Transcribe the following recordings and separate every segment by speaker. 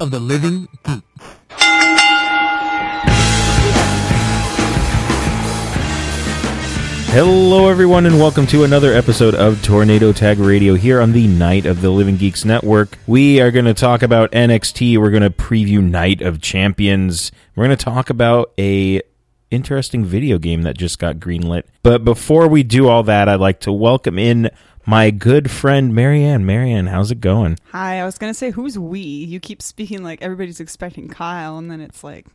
Speaker 1: of the living geek.
Speaker 2: Hello, everyone, and welcome to another episode of Tornado Tag Radio here on the Night of the Living Geeks Network. We are going to talk about NXT. We're going to preview Night of Champions. We're going to talk about a interesting video game that just got greenlit. But before we do all that, I'd like to welcome in my good friend Marianne. Marianne, how's it going?
Speaker 3: Hi, I was gonna say who's we? You keep speaking like everybody's expecting Kyle, and then it's like,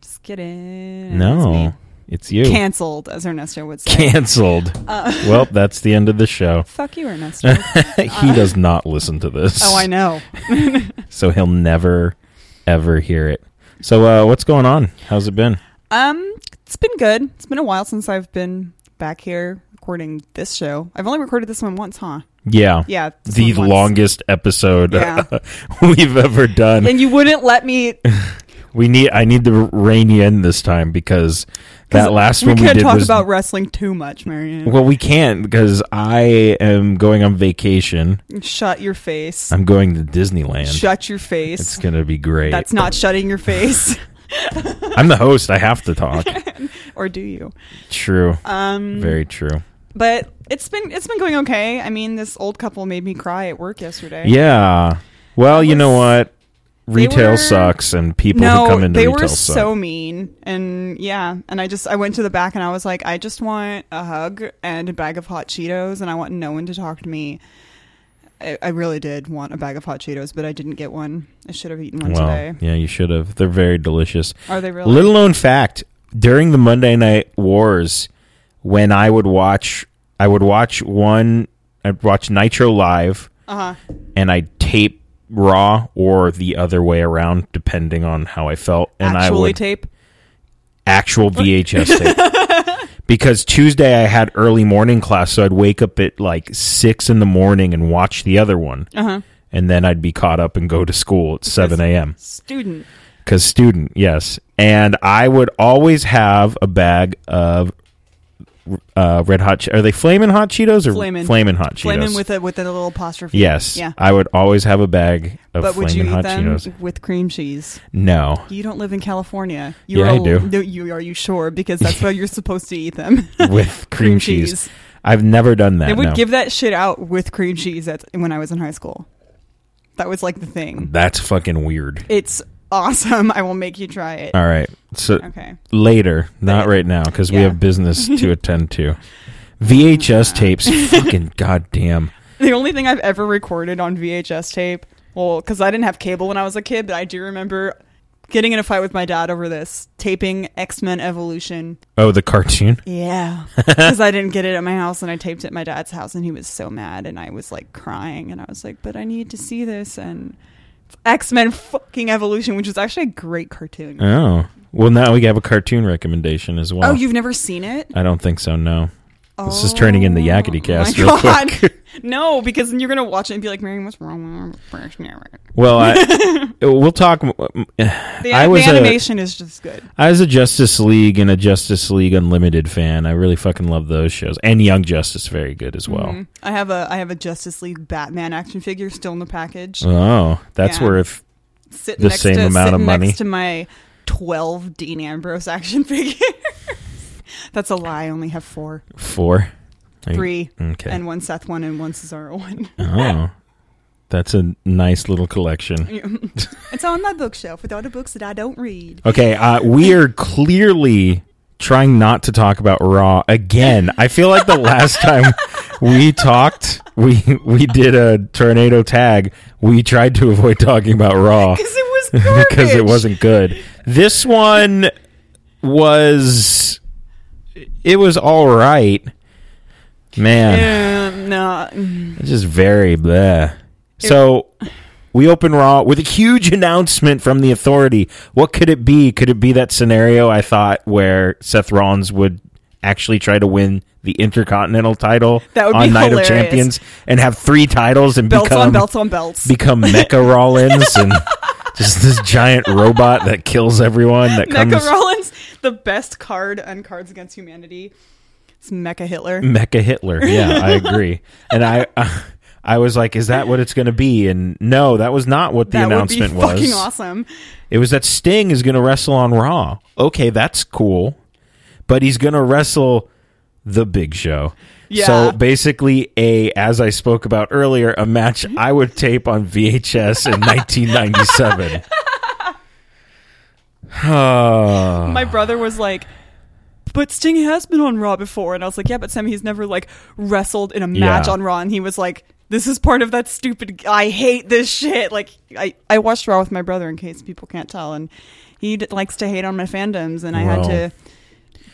Speaker 3: just kidding.
Speaker 2: No, it's you.
Speaker 3: it's me. canceled, Uh. as Ernesto would say.
Speaker 2: Cancelled. well, that's the end of the show.
Speaker 3: Fuck you, Ernesto.
Speaker 2: he does not listen to this.
Speaker 3: oh, I know.
Speaker 2: so he'll never ever hear it so uh, what's going on how's it been
Speaker 3: Um, it's been good. It's been a while since I've been back here recording this show. I've only recorded this one once, huh?
Speaker 2: yeah
Speaker 3: Yeah, this
Speaker 2: the
Speaker 3: one once.
Speaker 2: longest episode
Speaker 3: Yeah.
Speaker 2: we've ever done
Speaker 3: And you wouldn't let me.
Speaker 2: we need i need to rein you in this time because that last
Speaker 3: we
Speaker 2: one we
Speaker 3: can't
Speaker 2: did
Speaker 3: talk
Speaker 2: was
Speaker 3: about wrestling too much, Marion.
Speaker 2: well we can't because i am going on vacation
Speaker 3: Shut your face.
Speaker 2: i'm going to disneyland
Speaker 3: Shut your face.
Speaker 2: Oh, it's gonna be great
Speaker 3: That's not shutting your face,
Speaker 2: i'm the host i have to talk
Speaker 3: or do you?
Speaker 2: true
Speaker 3: Um,
Speaker 2: very true
Speaker 3: but it's been it's been going okay. I mean, this old couple made me cry at work yesterday.
Speaker 2: yeah well you know what
Speaker 3: They
Speaker 2: retail
Speaker 3: were-
Speaker 2: sucks and people who
Speaker 3: No,
Speaker 2: come into
Speaker 3: they
Speaker 2: retail
Speaker 3: were
Speaker 2: suck.
Speaker 3: so mean, and yeah, and I just I went to the back and I was like, I just want a hug and a bag of hot Cheetos, and I want no one to talk to me. I, I really did want a bag of hot Cheetos, but I didn't get one. I should have eaten one
Speaker 2: Well,
Speaker 3: today.
Speaker 2: yeah, you should have. They're very delicious.
Speaker 3: Are they really?
Speaker 2: Little known fact: during the Monday Night Wars, when I would watch, I would watch one. I'd watch Nitro live,
Speaker 3: Uh huh.
Speaker 2: and I'd tape Raw or the other way around, depending on how I felt. And I
Speaker 3: Actually,
Speaker 2: would
Speaker 3: tape.
Speaker 2: actual VHS tape. Because Tuesday I had early morning class, so I'd wake up at like six in the morning and watch the other one,
Speaker 3: Uh huh.
Speaker 2: and then I'd be caught up and go to school at seven a.m.
Speaker 3: Student.
Speaker 2: because student yes and i would always have a bag of uh, red hot che- are they flaming hot cheetos or
Speaker 3: Flamin'.
Speaker 2: flamin' hot cheetos
Speaker 3: Flaming with a with a little apostrophe.
Speaker 2: yes
Speaker 3: Yeah.
Speaker 2: i would always have a bag of
Speaker 3: But would you
Speaker 2: flaming
Speaker 3: eat
Speaker 2: hot
Speaker 3: them
Speaker 2: cheetos
Speaker 3: with cream cheese?
Speaker 2: no
Speaker 3: You don't live in California. You
Speaker 2: Yeah,
Speaker 3: are,
Speaker 2: I do.
Speaker 3: No, you are you sure? Because that's where you're supposed to eat them.
Speaker 2: with cream cheese. i've never done that
Speaker 3: They would
Speaker 2: no.
Speaker 3: give that shit out with cream cheese at, when I was in high school. That was like the thing.
Speaker 2: that's fucking weird
Speaker 3: It's awesome. I will make you try it.
Speaker 2: all right so
Speaker 3: Okay.
Speaker 2: later not right now because we
Speaker 3: Yeah.
Speaker 2: have business to attend to vhs tapes fucking goddamn
Speaker 3: The only thing I've ever recorded on VHS tape, well, because I didn't have cable when I was a kid, but I do remember getting in a fight with my dad over this taping X Men Evolution.
Speaker 2: oh the cartoon
Speaker 3: Yeah. Because I didn't get it at my house and I taped it at my dad's house and he was so mad and I was like crying and I was like, but I need to see this and X Men fucking Evolution, which is actually a great cartoon.
Speaker 2: oh well now we have a cartoon recommendation as well
Speaker 3: Oh, you've never seen it?
Speaker 2: I don't think so. No,
Speaker 3: Oh,
Speaker 2: this is turning into Yakety Cast
Speaker 3: my
Speaker 2: real
Speaker 3: God.
Speaker 2: quick.
Speaker 3: no, because then you're gonna watch it and be like, "Marion, what's wrong with our first narrative?"
Speaker 2: Well, I, we'll talk.
Speaker 3: The,
Speaker 2: I was uh,
Speaker 3: the
Speaker 2: a-
Speaker 3: animation is just good.
Speaker 2: I was a Justice League and a Justice League Unlimited fan. I really fucking love those shows, and Young Justice very good as well.
Speaker 3: Mhm. I have a I have a Justice League Batman action figure still in the package,
Speaker 2: Oh, that's
Speaker 3: Yeah.
Speaker 2: worth.
Speaker 3: sitting
Speaker 2: the
Speaker 3: next
Speaker 2: same
Speaker 3: to,
Speaker 2: amount of
Speaker 3: sitting
Speaker 2: money.
Speaker 3: next to my twelve Dean Ambrose action figures. That's a lie. I only have four,
Speaker 2: Four, I-
Speaker 3: three,
Speaker 2: Okay.
Speaker 3: and one Seth one and one Cesaro one.
Speaker 2: oh, that's a nice little collection.
Speaker 3: it's on my bookshelf with all the books that I don't read.
Speaker 2: Okay, uh, we are clearly trying not to talk about Raw again. I feel like the last time we talked, we we did a tornado tag. We tried to avoid talking about Raw
Speaker 3: Because it was garbage.
Speaker 2: because it wasn't good. This one was it was all right. Man,
Speaker 3: Um, no.
Speaker 2: it's just very bleh. So we open Raw with a huge announcement from the authority. What could it be? Could it be that scenario I thought where Seth Rollins would actually try to win the Intercontinental title
Speaker 3: That would be
Speaker 2: on Night
Speaker 3: hilarious.
Speaker 2: of Champions and have three titles and
Speaker 3: belts
Speaker 2: become
Speaker 3: on belts on belts.
Speaker 2: become Mecha Rollins and just this giant robot that kills everyone that
Speaker 3: Mecha
Speaker 2: comes
Speaker 3: Rollins, the best card on Cards Against Humanity. It's Mecha Hitler.
Speaker 2: Mecha Hitler. Yeah, I agree. and I, I I was like, is that what it's going to be? And no, that was not what the
Speaker 3: that
Speaker 2: announcement
Speaker 3: would be fucking
Speaker 2: was.
Speaker 3: awesome.
Speaker 2: It was that Sting is going to wrestle on Raw. Okay, that's cool. But he's going to wrestle the Big Show.
Speaker 3: Yeah.
Speaker 2: So basically a as I spoke about earlier, a match
Speaker 3: Mm-hmm.
Speaker 2: I would tape on VHS in 1997. Ah.
Speaker 3: My brother was like, but Sting has been on Raw before. And I was like, yeah, but Sam, he's never like wrestled in a match
Speaker 2: Yeah.
Speaker 3: on Raw. And he was like, this is part of that stupid, I hate this shit. Like, I, I watched Raw with my brother in case people can't tell. And he d- likes to hate on my fandoms. And I had
Speaker 2: Wow.
Speaker 3: to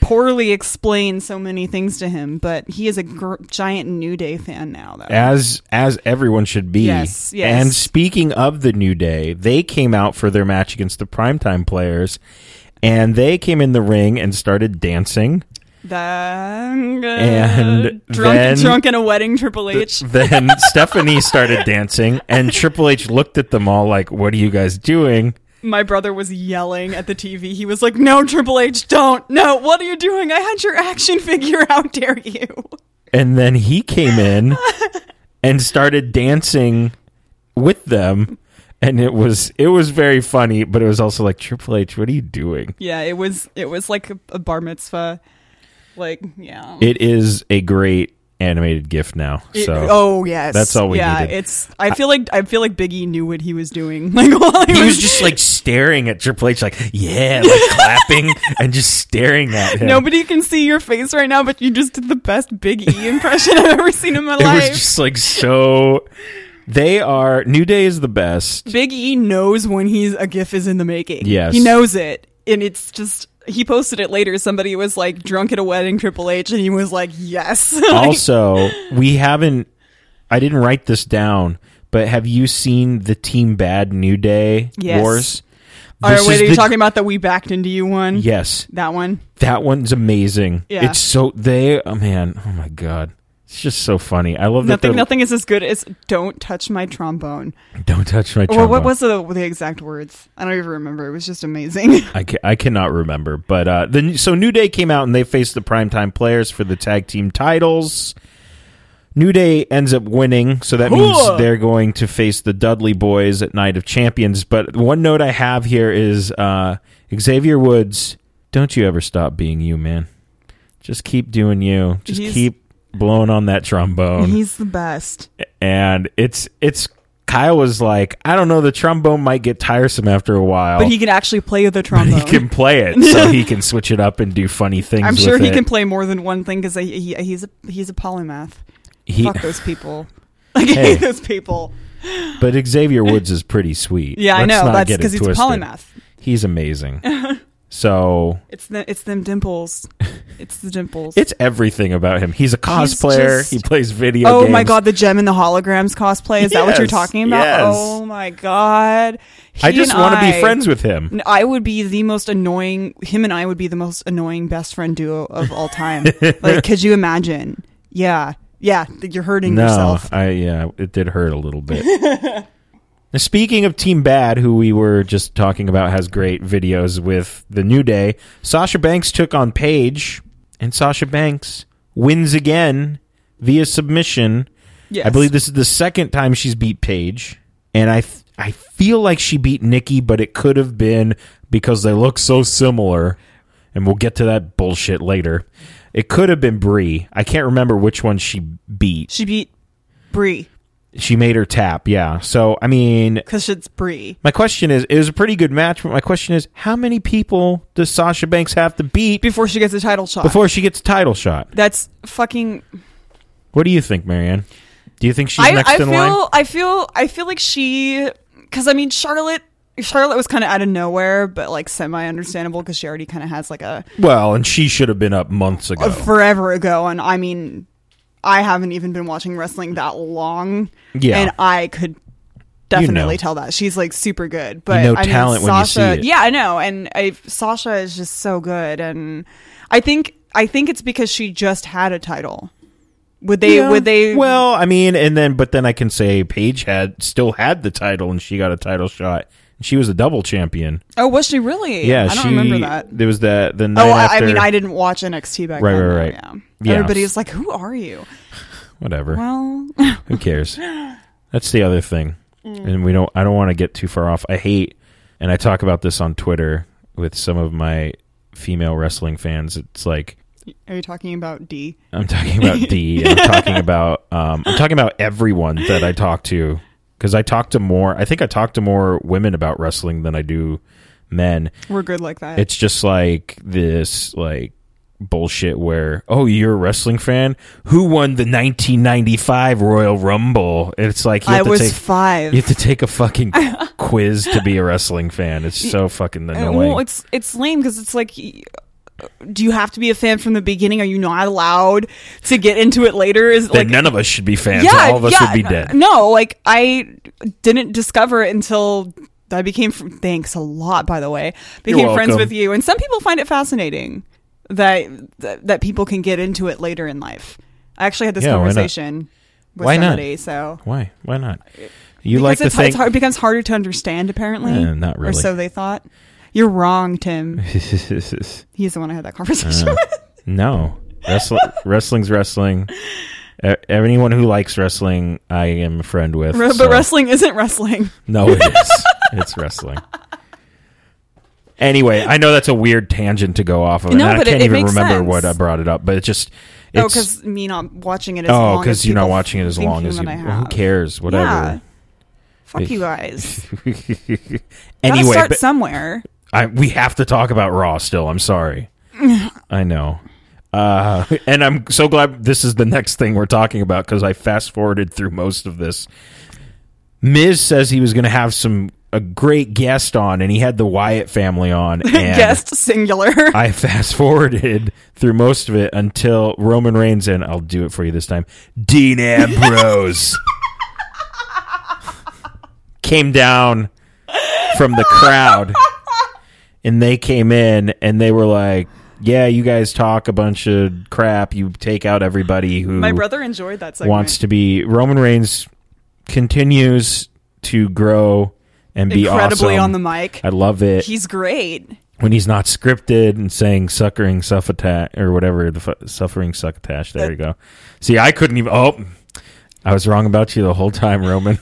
Speaker 3: poorly explain so many things to him. But he is a gr- giant New Day fan now, though.
Speaker 2: as as everyone should be.
Speaker 3: Yes, yes.
Speaker 2: And speaking of the New Day, they came out for their match against the primetime players and they came in the ring and started dancing.
Speaker 3: The, and
Speaker 2: And
Speaker 3: drunk,
Speaker 2: then-
Speaker 3: drunk in a wedding, Triple H.
Speaker 2: Then Stephanie started dancing and Triple H looked at them all like, "What are you guys doing?"
Speaker 3: my brother was yelling at the TV. He was like, "No, Triple H, don't! No, what are you doing? I had your action figure. How dare you?"
Speaker 2: And then he came in and started dancing with them. And it was it was very funny, but it was also like Triple H, what are you doing?
Speaker 3: Yeah, it was it was like a, a bar mitzvah. Like, yeah.
Speaker 2: It is a great animated GIF now.
Speaker 3: It-
Speaker 2: so
Speaker 3: oh yes,
Speaker 2: that's all we
Speaker 3: yeah,
Speaker 2: needed.
Speaker 3: it's. I feel like I feel like Biggie knew what he was doing. Like while he,
Speaker 2: he was just like staring at Triple H, like yeah, like clapping and just staring at him.
Speaker 3: Nobody can see your face right now, but you just did the best Big E impression I've ever seen in my
Speaker 2: it
Speaker 3: life.
Speaker 2: was just like so. They are New Day is the best.
Speaker 3: Big E knows when he's a gif is in the making.
Speaker 2: Yes.
Speaker 3: He knows it. And it's just he posted it later. Somebody was like drunk at a wedding, Triple H, and he was like, Yes.
Speaker 2: Oh, also, we haven't. I didn't write this down, but have you seen the Team Bad New Day
Speaker 3: Yes.
Speaker 2: Wars?
Speaker 3: Or
Speaker 2: This
Speaker 3: wait,
Speaker 2: is
Speaker 3: are you
Speaker 2: the-
Speaker 3: talking about the we backed into you one?
Speaker 2: Yes,
Speaker 3: That one.
Speaker 2: that one's amazing.
Speaker 3: Yeah.
Speaker 2: It's so they. Oh man, oh my god, it's just so funny. I love
Speaker 3: Nothing
Speaker 2: that.
Speaker 3: nothing is as good as don't touch my trombone.
Speaker 2: nothing. Don't touch my.
Speaker 3: Or what
Speaker 2: trombone.
Speaker 3: was the the exact words? I don't even remember. It was just amazing.
Speaker 2: I, ca- I cannot remember, but uh, the so New Day came out and they faced the primetime players for the tag team titles. New Day ends up winning, so that
Speaker 3: Cool.
Speaker 2: means they're going to face the Dudley Boys at Night of Champions. But one note I have here is uh, Xavier Woods, don't you ever stop being you, man. Just keep doing you. Just
Speaker 3: He's-
Speaker 2: keep blowing on that trombone
Speaker 3: He's the best.
Speaker 2: and it's it's Kyle was like, I don't know, the trombone might get tiresome after a while.
Speaker 3: But he can actually play the
Speaker 2: But
Speaker 3: trombone.
Speaker 2: he can play it, so he can switch it up and do funny things.
Speaker 3: I'm sure
Speaker 2: with
Speaker 3: he
Speaker 2: it.
Speaker 3: can play more than one thing because he, he, he's a he's a polymath.
Speaker 2: He-
Speaker 3: Fuck those people. Like I
Speaker 2: Hey.
Speaker 3: hate those people.
Speaker 2: but Xavier Woods is pretty sweet.
Speaker 3: Yeah,
Speaker 2: Let's
Speaker 3: I know.
Speaker 2: not
Speaker 3: That's
Speaker 2: get it
Speaker 3: because he's a
Speaker 2: twisted.
Speaker 3: polymath.
Speaker 2: He's amazing. so
Speaker 3: It's the, it's them dimples. It's the dimples.
Speaker 2: it's everything about him. He's a cosplayer.
Speaker 3: just-
Speaker 2: he plays video.
Speaker 3: oh my
Speaker 2: games.
Speaker 3: god, the gem and the holograms cosplay. Is that what you're
Speaker 2: Yes,
Speaker 3: talking about?
Speaker 2: yes.
Speaker 3: Oh my god.
Speaker 2: I
Speaker 3: He
Speaker 2: just
Speaker 3: and
Speaker 2: want to be
Speaker 3: I-
Speaker 2: friends with him.
Speaker 3: n- I would be the most annoying. Him and I would be the most annoying best friend duo of all time. like, could you imagine? Yeah, yeah. th- You're hurting
Speaker 2: No,
Speaker 3: yourself.
Speaker 2: I yeah, it did hurt a little bit. Now, Speaking of Team Bad, who we were just talking about, has great videos with the New Day. Sasha Banks took on Paige, and Sasha Banks wins again via submission.
Speaker 3: Yes.
Speaker 2: I believe this is the second time she's beat Paige, and I th- I feel like she beat Nikki, but it could have been because they look so similar, and we'll get to that bullshit later. It could have been Brie. I can't remember which one she beat.
Speaker 3: she beat Brie
Speaker 2: She made her tap, yeah. So I mean,
Speaker 3: because it's Brie.
Speaker 2: my question is, it was a pretty good match, but my question is, how many people does Sasha Banks have to beat
Speaker 3: before she gets a title shot.
Speaker 2: before she gets a title shot?
Speaker 3: that's fucking.
Speaker 2: What do you think, Marianne? Do you think she's
Speaker 3: I,
Speaker 2: next
Speaker 3: I
Speaker 2: in
Speaker 3: feel.
Speaker 2: line?
Speaker 3: I feel. I feel like she. Because I mean, Charlotte. Charlotte was kind of out of nowhere, but like semi understandable because she already kind of has like a,
Speaker 2: Well, and she should have been up months ago.
Speaker 3: a forever ago, and I mean, I haven't even been watching wrestling that long,
Speaker 2: Yeah.
Speaker 3: and I could definitely
Speaker 2: know.
Speaker 3: tell that she's like super good, but
Speaker 2: know
Speaker 3: I mean,
Speaker 2: talent when you see
Speaker 3: Sasha,
Speaker 2: it.
Speaker 3: yeah, I know, and I, Sasha is just so good, and I think I think it's because she just had a title. Would they?
Speaker 2: Yeah.
Speaker 3: Would they?
Speaker 2: Well, I mean, and then but then I can say Paige had still had the title and she got a title shot. She was a double champion.
Speaker 3: Oh, was she really?
Speaker 2: Yeah,
Speaker 3: I don't
Speaker 2: she,
Speaker 3: remember that.
Speaker 2: There was the the night
Speaker 3: Oh, I, I
Speaker 2: after-
Speaker 3: mean, I didn't watch NXT back
Speaker 2: Right,
Speaker 3: then.
Speaker 2: right,
Speaker 3: though,
Speaker 2: right.
Speaker 3: Yeah.
Speaker 2: Yeah.
Speaker 3: Everybody was like, "Who are you?"
Speaker 2: Whatever.
Speaker 3: Well,
Speaker 2: Who cares? That's the other thing.
Speaker 3: Mm.
Speaker 2: And we don't I don't want to get too far off. I hate and I talk about this on Twitter with some of my female wrestling fans. It's like
Speaker 3: are you talking about D?
Speaker 2: I'm talking about D. and I'm talking about um, I'm talking about everyone that I talk to because I talk to more. I think I talk to more women about wrestling than I do men.
Speaker 3: We're good like that.
Speaker 2: It's just like this like bullshit where oh you're a wrestling fan who won the 1995 Royal Rumble? And It's like you
Speaker 3: I
Speaker 2: have to
Speaker 3: was
Speaker 2: take
Speaker 3: five.
Speaker 2: you have to take a fucking quiz to be a wrestling fan. It's so fucking
Speaker 3: Uh,
Speaker 2: annoying.
Speaker 3: well, it's it's lame because it's like, y- do you have to be a fan from the beginning? Are you not allowed to get into it later? Is
Speaker 2: then
Speaker 3: like
Speaker 2: none of us should be fans. all of us would be dead.
Speaker 3: No, like I didn't discover it until I became fr- thanks a lot by the way. Became friends
Speaker 2: welcome.
Speaker 3: with you and some people find it fascinating that that, that people can get into it later in life. I actually had this
Speaker 2: Yeah, why not?
Speaker 3: conversation with
Speaker 2: Why not?
Speaker 3: somebody so
Speaker 2: Why? Why not? You
Speaker 3: because
Speaker 2: like the
Speaker 3: it's, hard-
Speaker 2: thing?
Speaker 3: it's hard, it becomes harder to understand apparently.
Speaker 2: Eh, not
Speaker 3: Or
Speaker 2: really.
Speaker 3: so they thought. You're wrong, Tim. He's the one I had that conversation
Speaker 2: Uh,
Speaker 3: with.
Speaker 2: no, Wrestle- wrestling's wrestling. E- Anyone who likes wrestling, I am a friend with.
Speaker 3: But
Speaker 2: so-
Speaker 3: wrestling isn't wrestling.
Speaker 2: no, it is. it's wrestling. Anyway, I know that's a weird tangent to go off of,
Speaker 3: No,
Speaker 2: and I
Speaker 3: but it-
Speaker 2: can't
Speaker 3: it
Speaker 2: even
Speaker 3: makes
Speaker 2: remember
Speaker 3: sense.
Speaker 2: what I brought it up. But it just,
Speaker 3: Oh,
Speaker 2: it's,
Speaker 3: because me not watching it as
Speaker 2: oh,
Speaker 3: long as
Speaker 2: because you're not
Speaker 3: people
Speaker 2: watching it as
Speaker 3: think
Speaker 2: long
Speaker 3: you
Speaker 2: as you.
Speaker 3: and I have.
Speaker 2: Who cares? Whatever.
Speaker 3: Yeah. Fuck
Speaker 2: It-
Speaker 3: you guys. Gotta
Speaker 2: anyway,
Speaker 3: start
Speaker 2: but
Speaker 3: somewhere.
Speaker 2: I, we have to talk about Raw still. I'm sorry. I know. Uh, and I'm so glad this is the next thing we're talking about because I fast forwarded through most of this. Miz says he was going to have some a great guest on, and he had the Wyatt family on. And
Speaker 3: Guest singular.
Speaker 2: I fast forwarded through most of it until Roman Reigns and I'll do it for you this time. Dean Ambrose came down from the crowd and they came in and they were like, "Yeah, you guys talk a bunch of crap. You take out everybody who
Speaker 3: My brother enjoyed that segment.
Speaker 2: wants to be Roman Reigns continues to grow and be
Speaker 3: incredibly
Speaker 2: awesome.
Speaker 3: on the mic.
Speaker 2: I love it
Speaker 3: He's great.
Speaker 2: when he's not scripted and saying suckering suffatash or whatever the fu- suffering succotash. There you go. See, I couldn't even. Oh, I was wrong about you the whole time, Roman.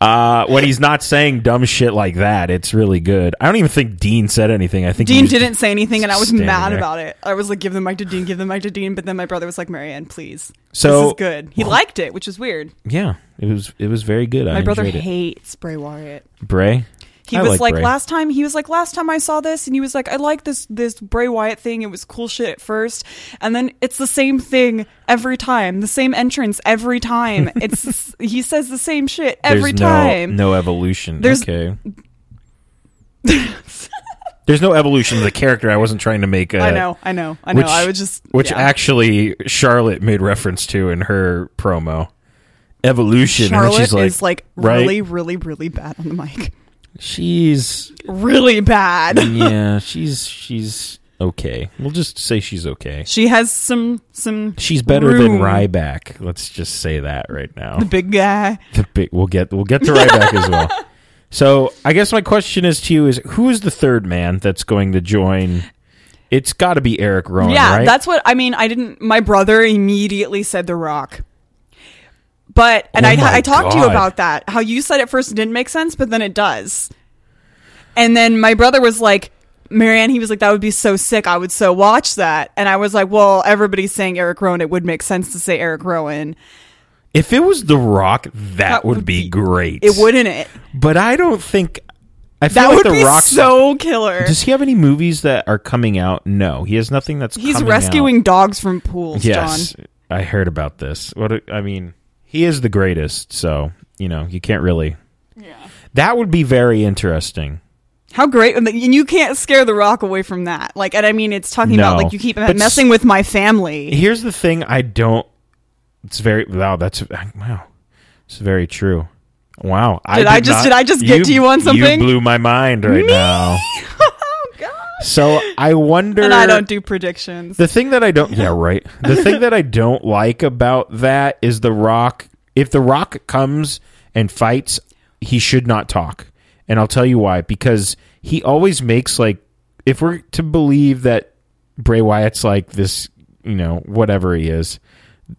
Speaker 2: uh, when he's not saying dumb shit like that, it's really good. I don't even think Dean said anything. I think he
Speaker 3: Dean
Speaker 2: was-
Speaker 3: didn't say anything, and I was
Speaker 2: standing
Speaker 3: mad
Speaker 2: there.
Speaker 3: about it. I was like, "Give the mic to Dean, give the mic to Dean." But then my brother was like, "Marianne, please."
Speaker 2: So-
Speaker 3: this is good. He liked it, which is weird.
Speaker 2: Yeah, it was it was very good. I
Speaker 3: My brother
Speaker 2: enjoyed it.
Speaker 3: hates Bray Wyatt.
Speaker 2: Bray.
Speaker 3: He
Speaker 2: I
Speaker 3: was like,
Speaker 2: Bray.
Speaker 3: last time. He was like last time I saw this, and he was like, I like this this Bray Wyatt thing. It was cool shit at first, and then it's the same thing every time, the same entrance every time. It's he says the same shit every
Speaker 2: There's no-
Speaker 3: time.
Speaker 2: No evolution.
Speaker 3: There's-
Speaker 2: okay. There's no evolution of the character. I wasn't trying to make. A,
Speaker 3: I know, I know, I know.
Speaker 2: Which-
Speaker 3: I would just
Speaker 2: which
Speaker 3: yeah.
Speaker 2: actually Charlotte made reference to in her promo. Evolution. and
Speaker 3: Charlotte
Speaker 2: then she's like,
Speaker 3: is like
Speaker 2: right?
Speaker 3: really, really, really bad on the mic.
Speaker 2: she's
Speaker 3: Really bad.
Speaker 2: yeah, she's she's okay. We'll just say she's okay.
Speaker 3: She has some some.
Speaker 2: She's better
Speaker 3: room.
Speaker 2: than Ryback. Let's just say that right now.
Speaker 3: the big guy.
Speaker 2: The big- we'll get we'll get to Ryback as well. So I guess my question is to you is who is the third man that's going to join? It's got to be Eric Rowan,
Speaker 3: Yeah,
Speaker 2: right?
Speaker 3: that's what I mean. I didn't. My brother immediately said The Rock, but and
Speaker 2: Oh my
Speaker 3: I, I talked to you
Speaker 2: God.
Speaker 3: about that. How you said it first didn't make sense, but then it does. And then my brother was like, Marianne, he was like, that would be so sick. I would so watch that. And I was like, well, everybody's saying Eric Rowan. It would make sense to say Eric Rowan.
Speaker 2: if it was The Rock, that, would,
Speaker 3: would
Speaker 2: be,
Speaker 3: be-
Speaker 2: great.
Speaker 3: It wouldn't it?
Speaker 2: But I don't think I feel
Speaker 3: That
Speaker 2: like
Speaker 3: would
Speaker 2: The
Speaker 3: be
Speaker 2: Rock.
Speaker 3: so killer.
Speaker 2: does he have any movies that are coming out? No, he has nothing that's.
Speaker 3: He's
Speaker 2: coming
Speaker 3: rescuing dogs from pools,
Speaker 2: Out. Yes,
Speaker 3: John.
Speaker 2: I heard about this. What a- I mean, he is the greatest. So you know, you can't really.
Speaker 3: Yeah.
Speaker 2: That would be very interesting.
Speaker 3: How great! And you can't scare the rock away from that. Like, and I mean, it's talking about
Speaker 2: No.
Speaker 3: like you keep
Speaker 2: But s-
Speaker 3: messing with my family.
Speaker 2: Here's the thing: I don't. It's very wow. That's wow. It's very true. Wow.
Speaker 3: Did I just- did I just get to you on something?
Speaker 2: You blew my mind right now.
Speaker 3: oh God!
Speaker 2: So I wonder.
Speaker 3: And I don't do predictions.
Speaker 2: The thing that I don't Yeah, right. The thing that I don't like about that is the rock if the rock comes and fights, he should not talk. And I'll tell you why because he always makes like if we're to believe that Bray Wyatt's like this, you know, whatever he is,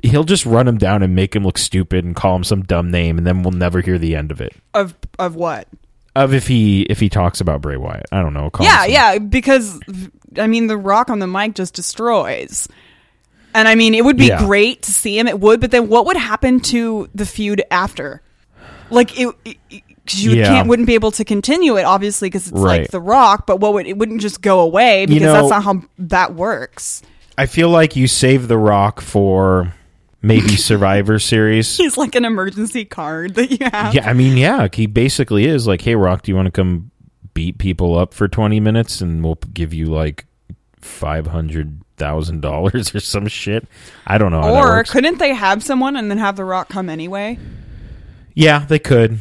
Speaker 2: he'll just run him down and make him look stupid and call him some dumb name, and then we'll never hear the end of it.
Speaker 3: of of what?
Speaker 2: Of if he if he talks about Bray Wyatt, I don't know. Call him
Speaker 3: yeah,
Speaker 2: some-
Speaker 3: yeah, because I mean, the Rock on the mic just destroys. And I mean, it would be
Speaker 2: Yeah.
Speaker 3: great to see him. It would, but then what would happen to the feud after? Like it. it- 'cause you
Speaker 2: Yeah.
Speaker 3: can't wouldn't be able to continue it obviously because it's
Speaker 2: Right.
Speaker 3: like the rock but what would it wouldn't just go away because
Speaker 2: know-
Speaker 3: that's not how that works
Speaker 2: I feel like you save The Rock for maybe Survivor Series.
Speaker 3: he's like an emergency card that you have
Speaker 2: Yeah, I mean, yeah, he basically is like, "Hey, Rock, do you want to come beat people up for twenty minutes, and we'll give you like five hundred thousand dollars or some shit?" I don't know. How Oh, that
Speaker 3: or
Speaker 2: works.
Speaker 3: couldn't they have someone and then have the rock come anyway
Speaker 2: yeah, they could.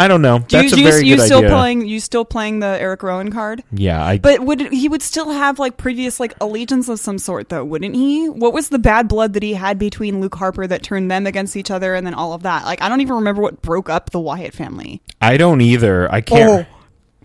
Speaker 2: I don't know.
Speaker 3: do
Speaker 2: That's
Speaker 3: you,
Speaker 2: a
Speaker 3: you,
Speaker 2: very
Speaker 3: you
Speaker 2: good
Speaker 3: still
Speaker 2: idea.
Speaker 3: playing you still playing the eric rowan card
Speaker 2: yeah, I
Speaker 3: But would he would still have like previous like allegiance of some sort though, wouldn't he? What was the bad blood that he had between Luke Harper that turned them against each other and then all of that? Like I don't even remember what broke up the Wyatt family.
Speaker 2: I don't either. I can't.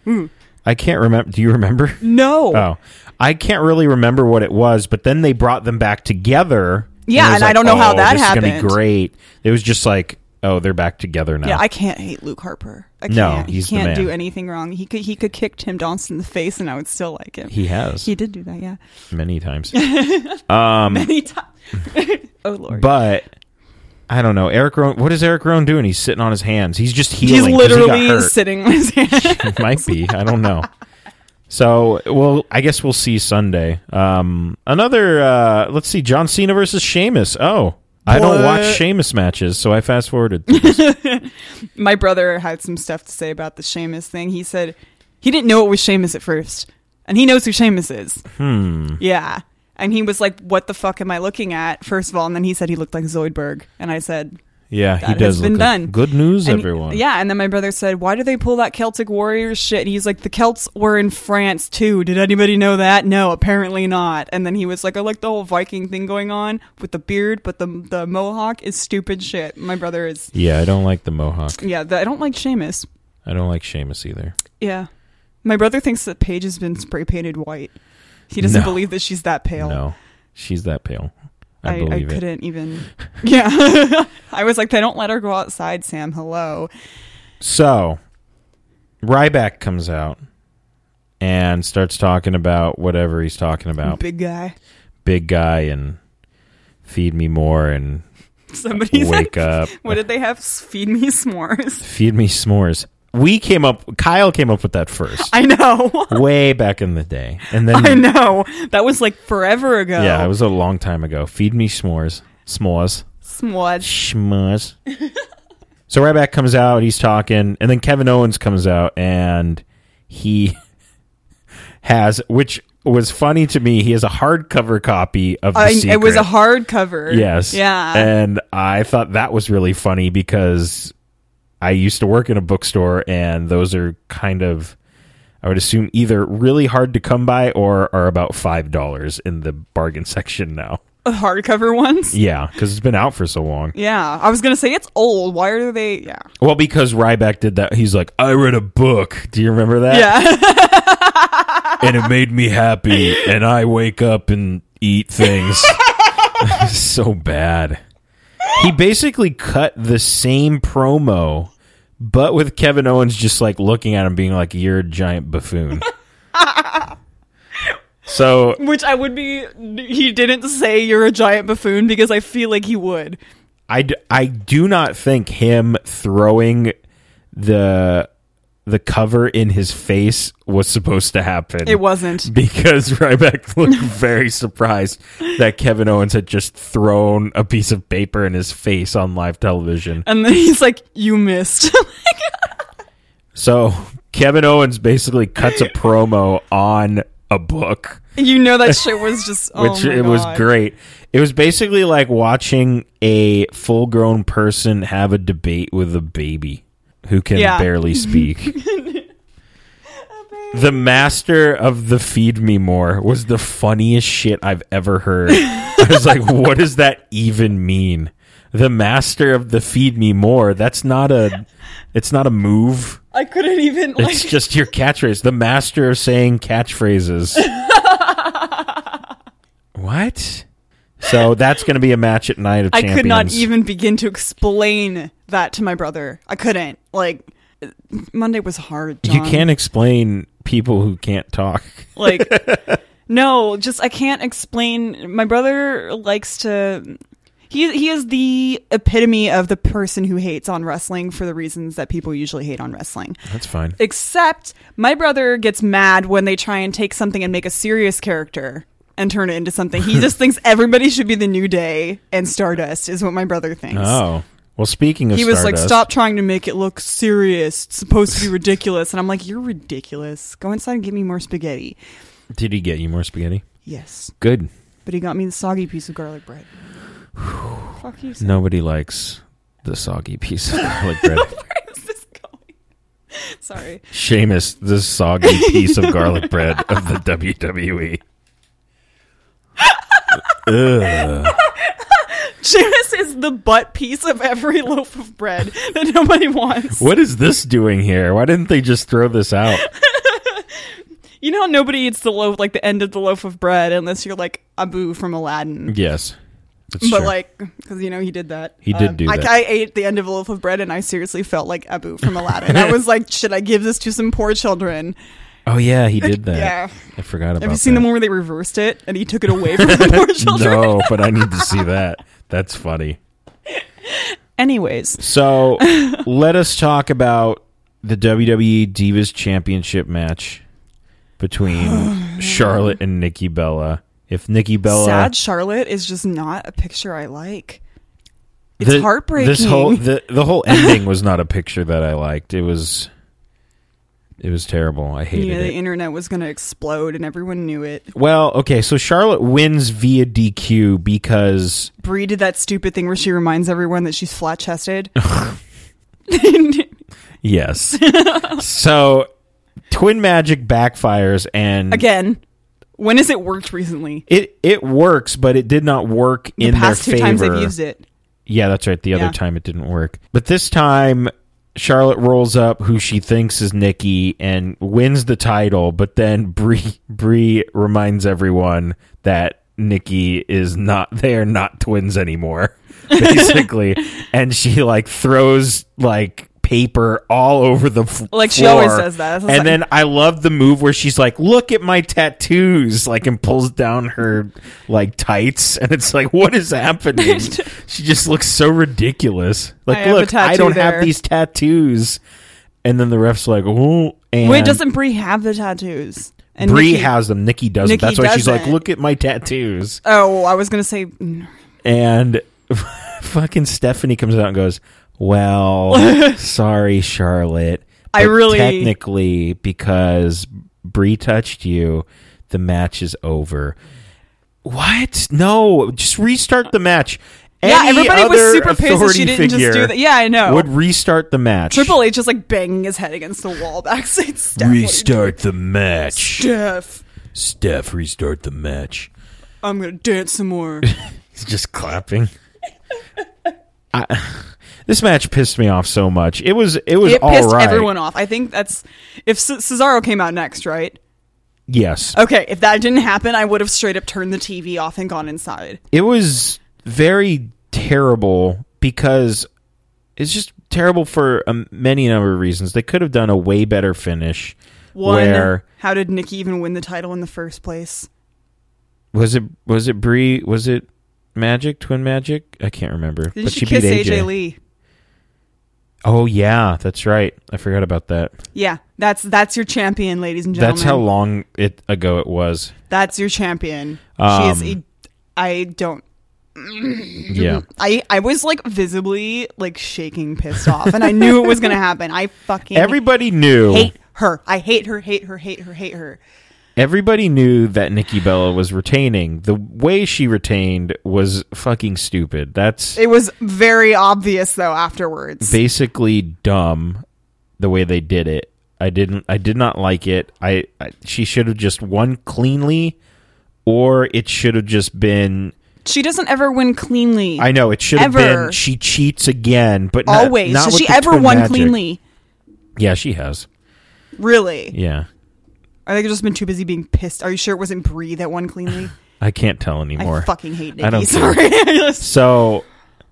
Speaker 3: Oh.
Speaker 2: I can't remember. Do you remember?
Speaker 3: No.
Speaker 2: Oh, I can't really remember what it was. But then they brought them back together.
Speaker 3: Yeah,
Speaker 2: it was
Speaker 3: and I don't know how
Speaker 2: oh,
Speaker 3: that
Speaker 2: this is gonna
Speaker 3: happened."
Speaker 2: be great. It was just like, oh, they're back together now.
Speaker 3: Yeah, I can't hate Luke Harper. I can't.
Speaker 2: No, he's the
Speaker 3: he can't
Speaker 2: man.
Speaker 3: do anything wrong. He could he could kick Tim Donson in the face and I would still like him.
Speaker 2: he has.
Speaker 3: He did do that, yeah.
Speaker 2: many times.
Speaker 3: Many times. oh lord.
Speaker 2: But I don't know. Eric Rohn, what is Eric Rohn doing? He's sitting on his hands. He's just
Speaker 3: he's
Speaker 2: healing. 'cause he got
Speaker 3: literally
Speaker 2: hurt.
Speaker 3: sitting on his hand.
Speaker 2: It might be. I don't know. So, well, I guess we'll see Sunday. Um, another. Uh, let's see, John Cena versus Sheamus. Oh, I don't watch
Speaker 3: What?
Speaker 2: Sheamus matches, so I fast forwarded. to this.
Speaker 3: My brother had some stuff to say about the Seamus thing. He said he didn't know it was Seamus at first, and he knows who Seamus is. Hmm. Yeah. And he was like, "What the fuck am I looking at?" First of all, and then he said he looked like Zoidberg, and I said,
Speaker 2: yeah, he
Speaker 3: That
Speaker 2: does.
Speaker 3: has been
Speaker 2: look like-
Speaker 3: done.
Speaker 2: Good news,
Speaker 3: and-
Speaker 2: everyone.
Speaker 3: Yeah. And then my brother said, "Why do they pull that Celtic warriors shit?" And he's like, "The Celts were in France too. Did anybody know that? No, apparently not." And then he was like, "I like the whole Viking thing going on with the beard, but the the mohawk is stupid shit." My brother is.
Speaker 2: Yeah, I don't like the Mohawk.
Speaker 3: Yeah, the, I don't like Seamus.
Speaker 2: I don't like Sheamus either.
Speaker 3: Yeah. My brother thinks that Paige has been spray painted white. He doesn't
Speaker 2: No.
Speaker 3: believe that she's that pale.
Speaker 2: No, she's that pale. I,
Speaker 3: I, I,
Speaker 2: believe it.
Speaker 3: couldn't even. Yeah. I was like, they don't let her go outside, Sam. Hello.
Speaker 2: So, Ryback comes out and starts talking about whatever he's talking about.
Speaker 3: Big guy.
Speaker 2: big guy and feed me more and
Speaker 3: Somebody said,
Speaker 2: wake up
Speaker 3: what did they have? S- Feed me s'mores.
Speaker 2: feed me s'mores we came up kyle came up with that first
Speaker 3: I know.
Speaker 2: way back in the day and
Speaker 3: I
Speaker 2: then
Speaker 3: know. That was like forever ago.
Speaker 2: yeah it was a long time ago feed me s'mores s'mores
Speaker 3: Smudge.
Speaker 2: s'mores so ryback comes out he's talking and then kevin owens comes out and he has which was funny to me he has a hardcover copy of the
Speaker 3: I, it
Speaker 2: Secret.
Speaker 3: was a hardcover.
Speaker 2: Yes.
Speaker 3: Yeah.
Speaker 2: And I thought that was really funny because I used to work in a bookstore and those are kind of I would assume either really hard to come by or are about $5 in the bargain section now.
Speaker 3: hardcover ones.
Speaker 2: Yeah, cuz it's been out for so long.
Speaker 3: Yeah. I was going to say it's old. Why are they? Yeah.
Speaker 2: Well, because Ryback did that. He's like, "I read a book." Do you remember that?
Speaker 3: Yeah.
Speaker 2: And it made me happy and I wake up and eat things. so bad. He basically cut the same promo, but with Kevin Owens just like looking at him, being like, "You're a giant buffoon." so
Speaker 3: Which I would be. He didn't say you're a giant buffoon because I feel like he would.
Speaker 2: I, d- I do not think him throwing the the cover in his face was supposed to happen.
Speaker 3: It wasn't.
Speaker 2: because Ryback looked very surprised that Kevin Owens had just thrown a piece of paper in his face on live television.
Speaker 3: And then he's like, "You missed."
Speaker 2: So Kevin Owens basically cuts a promo on a book,
Speaker 3: you know that shit was just. Oh
Speaker 2: which
Speaker 3: my
Speaker 2: it was
Speaker 3: God.
Speaker 2: great. It was basically like watching a full grown person have a debate with a baby who can
Speaker 3: Yeah.
Speaker 2: barely speak. The master of the feed me more was the funniest shit I've ever heard. I was like, what does that even mean? The master of the feed me more. That's not a it's not a move.
Speaker 3: I couldn't even like.
Speaker 2: It's just your catchphrase. The master of saying catchphrases. what? So that's going to be a match at Night of
Speaker 3: I
Speaker 2: Champions.
Speaker 3: could not even begin to explain that to my brother. I couldn't. Like Monday was hard. John.
Speaker 2: You can't explain people who can't talk.
Speaker 3: like no, just I can't explain. My brother likes to. He he is the epitome of the person who hates on wrestling for the reasons that people usually hate on wrestling.
Speaker 2: That's fine.
Speaker 3: Except my brother gets mad when they try and take something and make a serious character and turn it into something. He just thinks everybody should be the new day and Stardust is what my brother thinks.
Speaker 2: Oh. Well, speaking of
Speaker 3: he was like,
Speaker 2: Stardust-
Speaker 3: "Stop trying to make it look serious. It's supposed to be ridiculous." And I'm like, "You're ridiculous. Go inside and get me more spaghetti."
Speaker 2: Did he get you more spaghetti?
Speaker 3: Yes,
Speaker 2: Good.
Speaker 3: but he got me the soggy piece of garlic bread. Fuck you. Sam.
Speaker 2: Nobody likes the soggy piece of garlic bread.
Speaker 3: Where is this going? Sorry.
Speaker 2: Seamus, the soggy piece of garlic bread of the E. WWE. Ugh.
Speaker 3: Seamus is the butt piece of every loaf of bread that nobody wants.
Speaker 2: What is this doing here? Why didn't they just throw this out?
Speaker 3: You know how nobody eats the loaf, like the end of the loaf of bread, unless you're like Abu from Aladdin.
Speaker 2: Yes. That's
Speaker 3: But
Speaker 2: true.
Speaker 3: like, because you know he did that. Um,
Speaker 2: He did do
Speaker 3: I,
Speaker 2: that.
Speaker 3: I ate the end of a loaf of bread, and I seriously felt like Abu from Aladdin. I was like, should I give this to some poor children?
Speaker 2: oh yeah, he did that.
Speaker 3: Yeah.
Speaker 2: I forgot about
Speaker 3: Have you seen
Speaker 2: that.
Speaker 3: the one where they reversed it and he took it away from the poor children?
Speaker 2: No, but I need to see that. That's funny.
Speaker 3: Anyways,
Speaker 2: So let us talk about the WWE Divas Championship match
Speaker 3: Oh,
Speaker 2: between Charlotte and Nikki Bella. If Nikki Bella,
Speaker 3: sad Charlotte is just not a picture I like. It's
Speaker 2: the-
Speaker 3: heartbreaking.
Speaker 2: This whole the, the whole ending was not a picture that I liked. It was it was terrible. I hated
Speaker 3: yeah, the
Speaker 2: it.
Speaker 3: internet was going to explode, and everyone knew it.
Speaker 2: Well, okay, so Charlotte wins via DQ because
Speaker 3: Brie did that stupid thing where she reminds everyone that she's flat chested.
Speaker 2: yes. so twin magic backfires and
Speaker 3: Again, when has it worked recently?
Speaker 2: It it works, but it did not work
Speaker 3: The
Speaker 2: in
Speaker 3: past two
Speaker 2: their
Speaker 3: times
Speaker 2: favor.
Speaker 3: they've used it.
Speaker 2: Yeah, that's right. The
Speaker 3: Yeah.
Speaker 2: other time it didn't work. But this time Charlotte rolls up who she thinks is Nikki and wins the title, but then Bree Bree reminds everyone that Nikki is not they are not twins anymore. Basically. and she like throws like paper all over the f-
Speaker 3: Like she
Speaker 2: floor.
Speaker 3: always does that. That's
Speaker 2: and
Speaker 3: like-
Speaker 2: then I love the move where she's like, "Look at my tattoos," like and pulls down her like tights, and it's like, "What is happening?" she just looks so ridiculous. Like,
Speaker 3: I have a
Speaker 2: look, I
Speaker 3: tattoo
Speaker 2: don't
Speaker 3: there."
Speaker 2: have these tattoos. And then the ref's like, "Oh," and
Speaker 3: Wait, doesn't Brie have the tattoos? And
Speaker 2: Bree
Speaker 3: Nikki-
Speaker 2: has them? Nikki doesn't.
Speaker 3: Nikki
Speaker 2: That's why she's like,
Speaker 3: doesn't.
Speaker 2: "Look at my tattoos."
Speaker 3: Oh, I was going to say. mm,
Speaker 2: And fucking Stephanie comes out and goes, "Well, sorry, Charlotte.
Speaker 3: I
Speaker 2: but
Speaker 3: really-
Speaker 2: technically because Bree touched you, the match is over." What? No, just restart the match.
Speaker 3: Yeah,
Speaker 2: Any
Speaker 3: everybody
Speaker 2: other
Speaker 3: was super pissed that she
Speaker 2: authority
Speaker 3: didn't just
Speaker 2: figure
Speaker 3: do that. Yeah, I know.
Speaker 2: Would restart the match.
Speaker 3: Triple H is like banging his head against the wall backstage. Steph, what are you
Speaker 2: Restart the match.
Speaker 3: doing? Steph,
Speaker 2: Steph, restart the match.
Speaker 3: I'm going to dance some more.
Speaker 2: He's just clapping. I, this match pissed me off so much. It was it was
Speaker 3: it
Speaker 2: all
Speaker 3: pissed
Speaker 2: right.
Speaker 3: everyone off. I think that's if Ce- Cesaro came out next, right?
Speaker 2: Yes,
Speaker 3: Okay, if that didn't happen, I would have straight up turned the TV off and gone inside.
Speaker 2: it was very terrible because it's just terrible for um, many number of reasons. They could have done a way better finish.
Speaker 3: One,
Speaker 2: Where
Speaker 3: how did Nikki even win the title in the first place?
Speaker 2: was it? Was it Brie? Was it Magic? Twin Magic? I can't remember.
Speaker 3: Did
Speaker 2: but
Speaker 3: she,
Speaker 2: she
Speaker 3: kiss
Speaker 2: beat
Speaker 3: AJ Lee?
Speaker 2: Oh yeah, that's right. I forgot about that.
Speaker 3: Yeah, that's that's your champion, ladies and gentlemen.
Speaker 2: That's how long it ago it was.
Speaker 3: That's your champion. she is. A,
Speaker 2: Um,
Speaker 3: I don't.
Speaker 2: Yeah.
Speaker 3: I I was like visibly like shaking, pissed off, and I knew it was gonna happen. I fucking
Speaker 2: Everybody knew.
Speaker 3: hate her. I hate her. Hate her. Hate her. Hate her.
Speaker 2: Everybody knew that Nikki Bella was retaining. The way she retained was fucking stupid. That's
Speaker 3: It was very obvious though afterwards.
Speaker 2: basically dumb the way they did it. I didn't I did not like it. I, I she should have just won cleanly or it should have just been
Speaker 3: she doesn't ever win cleanly.
Speaker 2: I know it should have
Speaker 3: Ever.
Speaker 2: been she cheats again, but not-
Speaker 3: always.
Speaker 2: not
Speaker 3: Has
Speaker 2: with
Speaker 3: she
Speaker 2: the
Speaker 3: ever
Speaker 2: twin
Speaker 3: won
Speaker 2: magic.
Speaker 3: cleanly?
Speaker 2: Yeah, she has.
Speaker 3: Really?
Speaker 2: Yeah.
Speaker 3: I think I've just been too busy being pissed. Are you sure it wasn't Brie that won cleanly?
Speaker 2: I can't tell anymore.
Speaker 3: I fucking hate Nikki.
Speaker 2: I don't care.
Speaker 3: Sorry. I just-
Speaker 2: So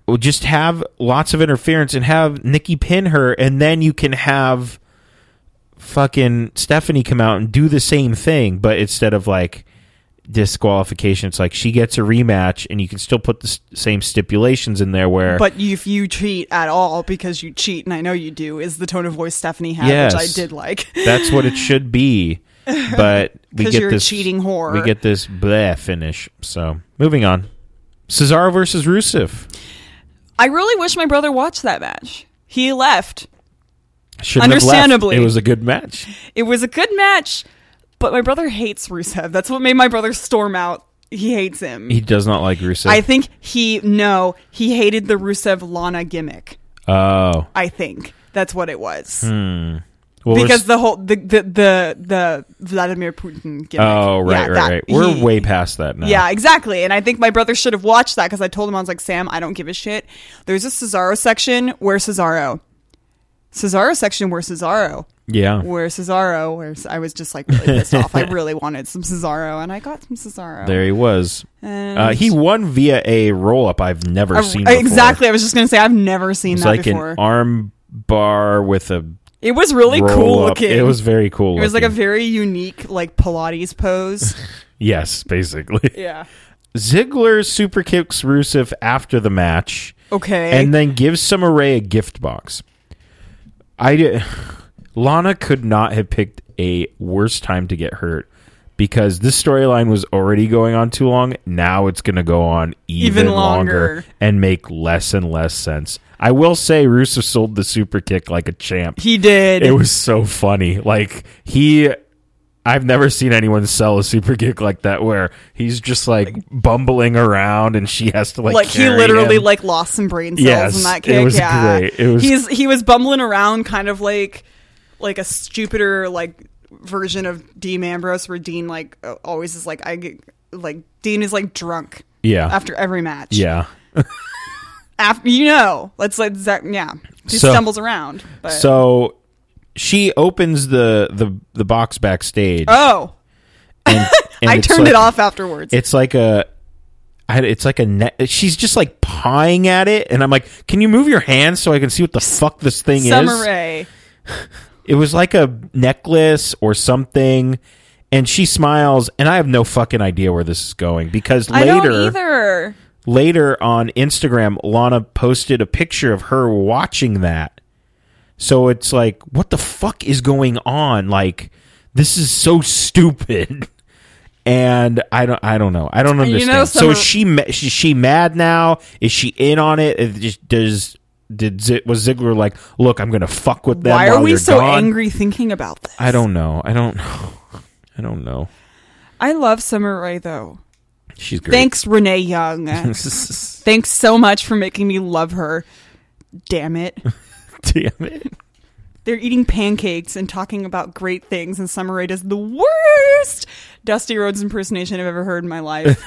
Speaker 2: well, just have lots of interference and have Nikki pin her, and then you can have fucking Stephanie come out and do the same thing, but instead of like disqualification, it's like she gets a rematch, and you can still put the s- same stipulations in there where
Speaker 3: but if you cheat at all because you cheat, and I know you do, is the tone of voice Stephanie had, which I
Speaker 2: Yes.
Speaker 3: did like.
Speaker 2: that's what it should be. But we
Speaker 3: 'Cause
Speaker 2: get
Speaker 3: you're a
Speaker 2: this
Speaker 3: cheating whore.
Speaker 2: We get this bleh finish. So moving on, Cesaro versus Rusev.
Speaker 3: I really wish my brother watched that match. He left.
Speaker 2: Shouldn't
Speaker 3: Understandably.
Speaker 2: have left. it was a good match.
Speaker 3: It was a good match, but my brother hates Rusev. That's what made my brother storm out. He hates him.
Speaker 2: He does not like Rusev.
Speaker 3: I think he no, he hated the Rusev Lana gimmick.
Speaker 2: oh,
Speaker 3: I think that's what it was
Speaker 2: Hmm. well, we're
Speaker 3: because the whole the, the the the Vladimir Putin gimmick.
Speaker 2: Oh, right,
Speaker 3: Yeah,
Speaker 2: right,
Speaker 3: that-
Speaker 2: right. We're
Speaker 3: he-
Speaker 2: way past that now.
Speaker 3: Yeah, exactly. And I think my brother should have watched that because I told him I was like, Sam, I don't give a shit. There's a Cesaro section. Where Cesaro? Cesaro section. Where Cesaro?
Speaker 2: Yeah.
Speaker 3: Where Cesaro? Where I was just like really pissed off. I really wanted some Cesaro, and I got some Cesaro.
Speaker 2: There he was.
Speaker 3: And-
Speaker 2: Uh, he won via a roll up I've never
Speaker 3: I-
Speaker 2: seen
Speaker 3: I-
Speaker 2: before.
Speaker 3: exactly. I was just gonna say I've never seen
Speaker 2: It's
Speaker 3: that
Speaker 2: like
Speaker 3: before.
Speaker 2: an arm bar with a
Speaker 3: it was really
Speaker 2: roll
Speaker 3: cool
Speaker 2: up.
Speaker 3: looking.
Speaker 2: It was very cool.
Speaker 3: It was like a very unique like Pilates pose.
Speaker 2: yes, basically.
Speaker 3: yeah.
Speaker 2: Ziggler super kicks Rusev after the match,
Speaker 3: Okay.
Speaker 2: and then gives Summer Rae a gift box. I did, Lana could not have picked a worse time to get hurt because this storyline was already going on too long. Now it's going to go on even,
Speaker 3: Even
Speaker 2: longer.
Speaker 3: longer.
Speaker 2: and make less and less sense. I will say Rusev sold the super kick like a champ.
Speaker 3: he did.
Speaker 2: It was so funny. Like he I've never seen anyone sell a super kick like that where he's just like bumbling around and she has to like
Speaker 3: like he
Speaker 2: carry
Speaker 3: literally
Speaker 2: him.
Speaker 3: like lost some brain cells
Speaker 2: Yes,
Speaker 3: in
Speaker 2: it
Speaker 3: that kick.
Speaker 2: was
Speaker 3: yeah.
Speaker 2: great. It was-
Speaker 3: He's he was bumbling around kind of like like a stupider like version of Dean Ambrose where Dean like always is like I get- like Dean is like drunk
Speaker 2: Yeah.
Speaker 3: after every match.
Speaker 2: yeah.
Speaker 3: After you know, let's like Zach, yeah. He
Speaker 2: So-
Speaker 3: stumbles around. But
Speaker 2: So she opens the the the box backstage.
Speaker 3: Oh,
Speaker 2: and, and
Speaker 3: I
Speaker 2: it's
Speaker 3: turned it
Speaker 2: like-
Speaker 3: off afterwards.
Speaker 2: It's like a I- it's like a net. She's just like pawing at it, and I'm like, "Can you move your hands so I can see what the fuck this thing
Speaker 3: Summer
Speaker 2: is?"
Speaker 3: Rae.
Speaker 2: It was like a necklace or something, and she smiles, and I have no fucking idea where this is going because
Speaker 3: I don't
Speaker 2: later,
Speaker 3: either.
Speaker 2: later on Instagram, Lana posted a picture of her watching that. So it's like, what the fuck is going on? Like, this is so stupid. And I don't, I don't know. I don't understand.
Speaker 3: you know,
Speaker 2: so is
Speaker 3: some-
Speaker 2: she, ma- is she mad now? Is she in on it? Is- is- Does did Z- was Ziggler like, look, I'm gonna fuck with them?
Speaker 3: Why are
Speaker 2: while
Speaker 3: we
Speaker 2: you're
Speaker 3: so
Speaker 2: gone?"
Speaker 3: angry thinking about this?
Speaker 2: I don't know. I don't know. I don't know.
Speaker 3: I love Summer Rae though.
Speaker 2: She's great.
Speaker 3: Thanks, Renee Young. Thanks so much for making me love her. Damn it.
Speaker 2: Damn it.
Speaker 3: They're eating pancakes and talking about great things, and Summer Rae does the worst Dusty Rhodes impersonation I've ever heard in my life.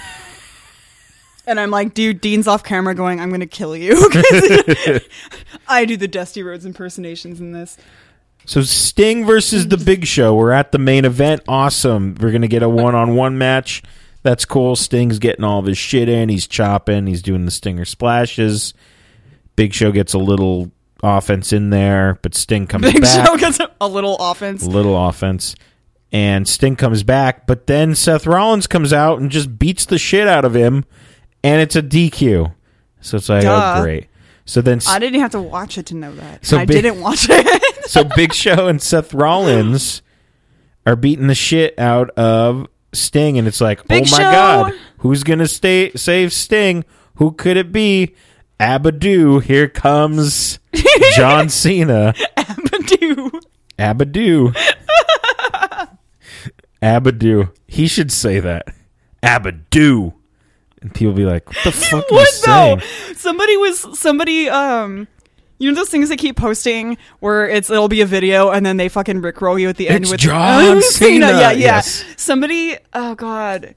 Speaker 3: and I'm like, dude, Dean's off camera going, I'm going to kill you. 'Cause I do the Dusty Rhodes impersonations in this.
Speaker 2: So Sting versus The Big Show. We're at the main event. Awesome. We're gonna get a one-on-one match. That's cool. Sting's getting all of his shit in. He's chopping. He's doing the Stinger splashes. Big Show gets a little offense in there, but Sting comes
Speaker 3: Big
Speaker 2: back.
Speaker 3: Show gets a- a little offense.
Speaker 2: Little offense. And Sting comes back, but then Seth Rollins comes out and just beats the shit out of him, and it's a DQ. So it's like,
Speaker 3: Duh.
Speaker 2: oh great. So then
Speaker 3: I didn't have to watch it to know that.
Speaker 2: So
Speaker 3: I
Speaker 2: Big-
Speaker 3: didn't watch it.
Speaker 2: so Big Show and Seth Rollins are beating the shit out of Sting, and it's like,
Speaker 3: Big
Speaker 2: oh my
Speaker 3: Show!
Speaker 2: god, who's gonna stay save Sting? Who could it be? Abadoo, here comes John Cena.
Speaker 3: Dude.
Speaker 2: Abadoo. Abadoo. He should say that. Abadoo. And people be like, what the fuck are you
Speaker 3: would though.
Speaker 2: saying?
Speaker 3: Somebody was somebody um you know those things they keep posting where it's it'll be a video and then they fucking rickroll you at the end
Speaker 2: It's
Speaker 3: with
Speaker 2: John Cena.
Speaker 3: Yeah, yeah.
Speaker 2: Yes.
Speaker 3: Somebody oh god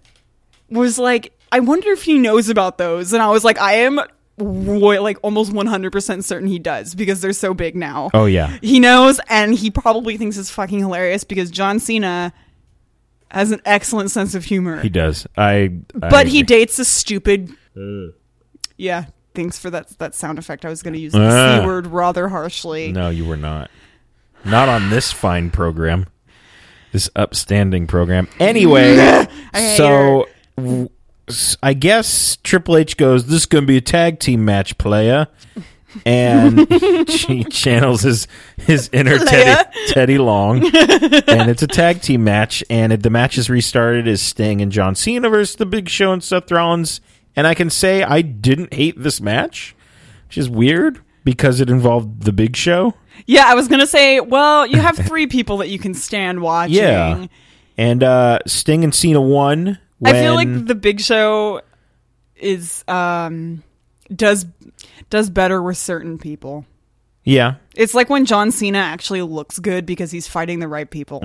Speaker 3: was like I wonder if he knows about those and I was like I am roy- like almost 100% certain he does because they're so big now.
Speaker 2: Oh yeah.
Speaker 3: He knows and he probably thinks it's fucking hilarious because John Cena has an excellent sense of humor.
Speaker 2: He does. I. I
Speaker 3: but he
Speaker 2: agree. Mm.
Speaker 3: dates a stupid. Yeah, thanks for that that sound effect. I was going to use the
Speaker 2: Ah.
Speaker 3: c word rather harshly.
Speaker 2: No, you were not. Not on this fine program. This upstanding program. Anyway,
Speaker 3: hate
Speaker 2: so w- s- I guess Triple H goes, This is going to be a tag team match, playa. And she channels his, his inner
Speaker 3: Playa.
Speaker 2: Teddy, Teddy Long. and it's a tag team match. And it, the match is restarted as Sting and John Cena versus The Big Show and Seth Rollins. And I can say I didn't hate this match, which is weird because it involved The Big Show.
Speaker 3: Yeah, I was going to say, well, you have three people that you can stand watching.
Speaker 2: Yeah. And uh, Sting and Cena won. When,
Speaker 3: I feel like the Big Show is um does does better with certain people.
Speaker 2: yeah,
Speaker 3: It's like when John Cena actually looks good because he's fighting the right people.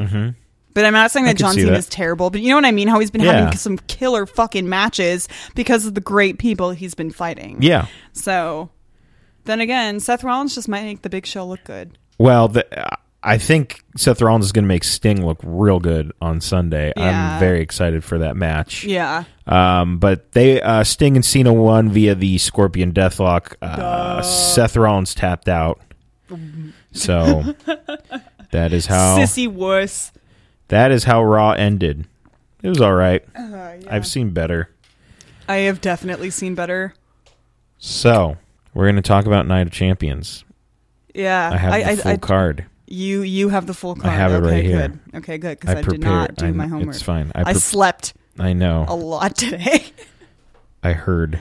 Speaker 3: But I'm not saying that
Speaker 2: Mm-hmm. can
Speaker 3: John
Speaker 2: see
Speaker 3: Cena
Speaker 2: that.
Speaker 3: is terrible, but you know what I mean? How he's been
Speaker 2: Yeah.
Speaker 3: having some killer fucking matches because of the great people he's been fighting.
Speaker 2: yeah.
Speaker 3: So then again, Seth Rollins just might make the Big Show look good.
Speaker 2: Well, the, I think Seth Rollins is going to make Sting look real good on Sunday.
Speaker 3: Yeah.
Speaker 2: I'm very excited for that match.
Speaker 3: Yeah.
Speaker 2: Um, but they uh, Sting and Cena won via the Scorpion Deathlock. Uh, Seth Rollins tapped out. So that is how
Speaker 3: Sissy wuss.
Speaker 2: that is how Raw ended. It was all right.
Speaker 3: Uh, yeah.
Speaker 2: I've seen better.
Speaker 3: I have definitely seen better.
Speaker 2: So we're going to talk about Night of Champions.
Speaker 3: Yeah.
Speaker 2: I have the full card.
Speaker 3: You you have the full card.
Speaker 2: have it
Speaker 3: okay,
Speaker 2: right here.
Speaker 3: good. Okay, good. Because I, did not do
Speaker 2: I-
Speaker 3: my homework.
Speaker 2: It's fine. I,
Speaker 3: I,
Speaker 2: prep-
Speaker 3: slept
Speaker 2: I know.
Speaker 3: a lot today.
Speaker 2: I heard.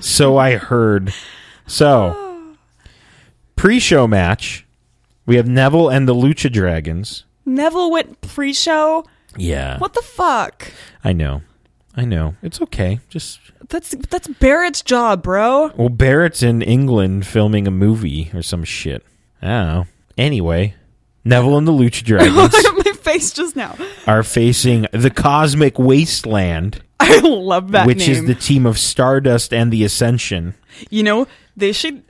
Speaker 2: so I heard. So pre-show match, we have Neville and the Lucha Dragons.
Speaker 3: Neville went pre-show.
Speaker 2: Yeah,
Speaker 3: What the fuck?
Speaker 2: I know. I know. It's okay. Just
Speaker 3: That's that's Barrett's job, bro.
Speaker 2: well, Barrett's in England filming a movie or some shit. I don't know. Anyway, Neville and the Lucha
Speaker 3: Look
Speaker 2: Dragons
Speaker 3: at my face just now.
Speaker 2: are facing the Cosmic Wasteland,
Speaker 3: I love that
Speaker 2: which
Speaker 3: name.
Speaker 2: is the team of Stardust and the Ascension.
Speaker 3: you know they should.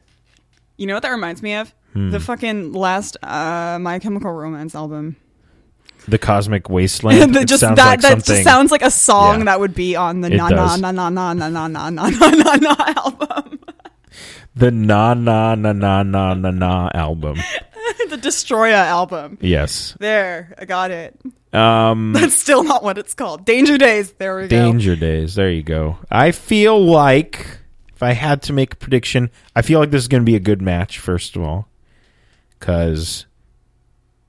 Speaker 3: You know what that reminds me of?
Speaker 2: Hmm.
Speaker 3: The fucking last uh, My Chemical Romance album.
Speaker 2: The Cosmic Wasteland.
Speaker 3: that
Speaker 2: It
Speaker 3: just that
Speaker 2: sounds like
Speaker 3: that
Speaker 2: something-
Speaker 3: just sounds like a song
Speaker 2: Yeah.
Speaker 3: that would be on the
Speaker 2: It
Speaker 3: na na
Speaker 2: does.
Speaker 3: na na na na na na na na na na album.
Speaker 2: the na na na na na na na album.
Speaker 3: the Destroyer album.
Speaker 2: Yes.
Speaker 3: There, I got it.
Speaker 2: Um
Speaker 3: That's still not what it's called. Danger Days. There we go.
Speaker 2: Danger Days. There you go. I feel like if I had to make a prediction, I feel like this is going to be a good match first of all cuz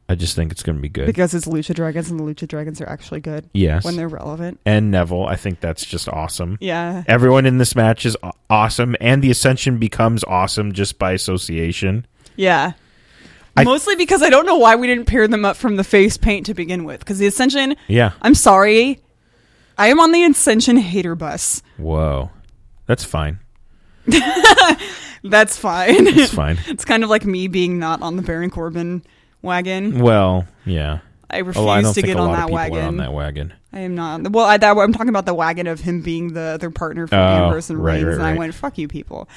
Speaker 2: I just think it's going to be good.
Speaker 3: Because it's Lucha Dragons, and the Lucha Dragons are actually good
Speaker 2: yes.
Speaker 3: when they're relevant.
Speaker 2: And Neville, I think that's just awesome.
Speaker 3: Yeah.
Speaker 2: Everyone in this match is aw- awesome and the Ascension becomes awesome just by association.
Speaker 3: Yeah.
Speaker 2: I-
Speaker 3: Mostly because I don't know why we didn't pair them up from the face paint to begin with. Because the Ascension,
Speaker 2: Yeah.
Speaker 3: I'm sorry, I am on the Ascension hater bus.
Speaker 2: Whoa. That's fine.
Speaker 3: That's fine.
Speaker 2: That's fine.
Speaker 3: it's kind of like me being not on the Baron Corbin wagon.
Speaker 2: Well, yeah.
Speaker 3: I refuse
Speaker 2: Well, Mm. Oh, I don't
Speaker 3: to
Speaker 2: think
Speaker 3: get
Speaker 2: a
Speaker 3: on
Speaker 2: lot of
Speaker 3: that
Speaker 2: people
Speaker 3: wagon.
Speaker 2: are on that wagon.
Speaker 3: I am not. Well, I, that, I'm talking about the wagon of him being the their partner for
Speaker 2: Oh,
Speaker 3: Ambrose and
Speaker 2: right,
Speaker 3: Reigns,
Speaker 2: right,
Speaker 3: and I
Speaker 2: right.
Speaker 3: went, "Fuck you, people."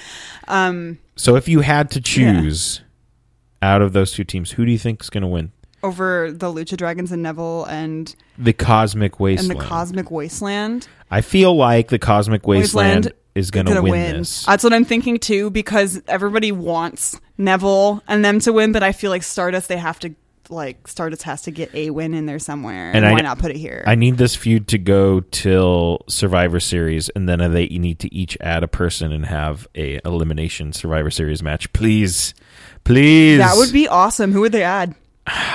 Speaker 3: Um,
Speaker 2: So if you had to choose out of those two teams, who do you think is going to win?
Speaker 3: over the Lucha Dragons and Neville and
Speaker 2: The Cosmic
Speaker 3: and
Speaker 2: Wasteland.
Speaker 3: the Cosmic Wasteland
Speaker 2: I feel like the Cosmic Wasteland,
Speaker 3: Wasteland
Speaker 2: is going to
Speaker 3: gonna
Speaker 2: win,
Speaker 3: win.
Speaker 2: this.
Speaker 3: That's what I'm thinking too, because everybody wants Neville and them to win, but I feel like Stardust they have to like Stardust has to get a win in there somewhere, and,
Speaker 2: And I-
Speaker 3: why not put it here?
Speaker 2: I need this feud to go till Survivor Series, and then they you need to each add a person and have a elimination Survivor Series match, please, please.
Speaker 3: that would be awesome. Who would they add?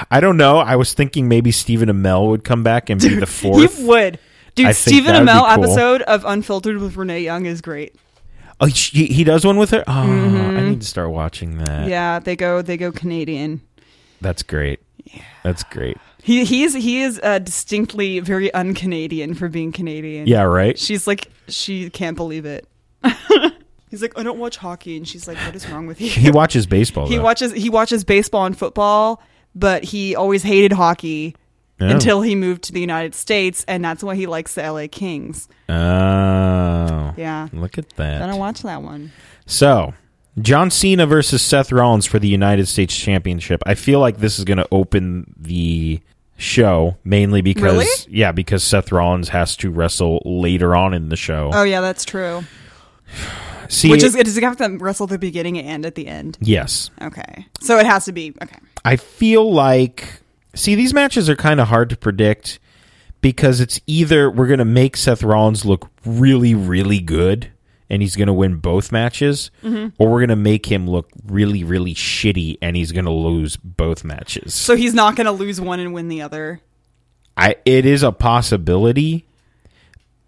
Speaker 2: I don't know. I was thinking maybe Stephen Amell would come back and be the fourth.
Speaker 3: He would. Dude,
Speaker 2: I think
Speaker 3: Stephen
Speaker 2: that would be
Speaker 3: Amell
Speaker 2: cool.
Speaker 3: episode of Unfiltered with Renee Young is great.
Speaker 2: oh, she, he does one with her. Oh, I need to start watching that.
Speaker 3: Mm-hmm. Yeah, they go they go Canadian.
Speaker 2: That's great. That's great.
Speaker 3: He he is he is uh, distinctly very un-Canadian for being Canadian.
Speaker 2: Yeah, right?
Speaker 3: she's like she can't believe it. He's like, I don't watch hockey, and she's like, What is wrong with you?
Speaker 2: He watches baseball.
Speaker 3: He
Speaker 2: though.
Speaker 3: watches he watches baseball and football, but he always hated hockey
Speaker 2: Oh.
Speaker 3: until he moved to the United States, and that's why he likes the LA Kings.
Speaker 2: Oh.
Speaker 3: Yeah,
Speaker 2: Look at
Speaker 3: I don't
Speaker 2: that.
Speaker 3: watch that one.
Speaker 2: So, John Cena versus Seth Rollins for the United States Championship. I feel like this is going to open the show mainly because
Speaker 3: Really?
Speaker 2: yeah because Seth Rollins has to wrestle later on in the show.
Speaker 3: Oh yeah, that's true.
Speaker 2: See,
Speaker 3: Which is does it have to wrestle at the beginning and at the end?
Speaker 2: yes,
Speaker 3: Okay, so it has to be okay.
Speaker 2: I feel like see these matches are kind of hard to predict because it's either we're going to make Seth Rollins look really really good and he's going to win both matches
Speaker 3: Mm-hmm.
Speaker 2: or we're going to make him look really really shitty and he's going to lose both matches.
Speaker 3: So he's not going to lose one and win the other.
Speaker 2: I it is a possibility.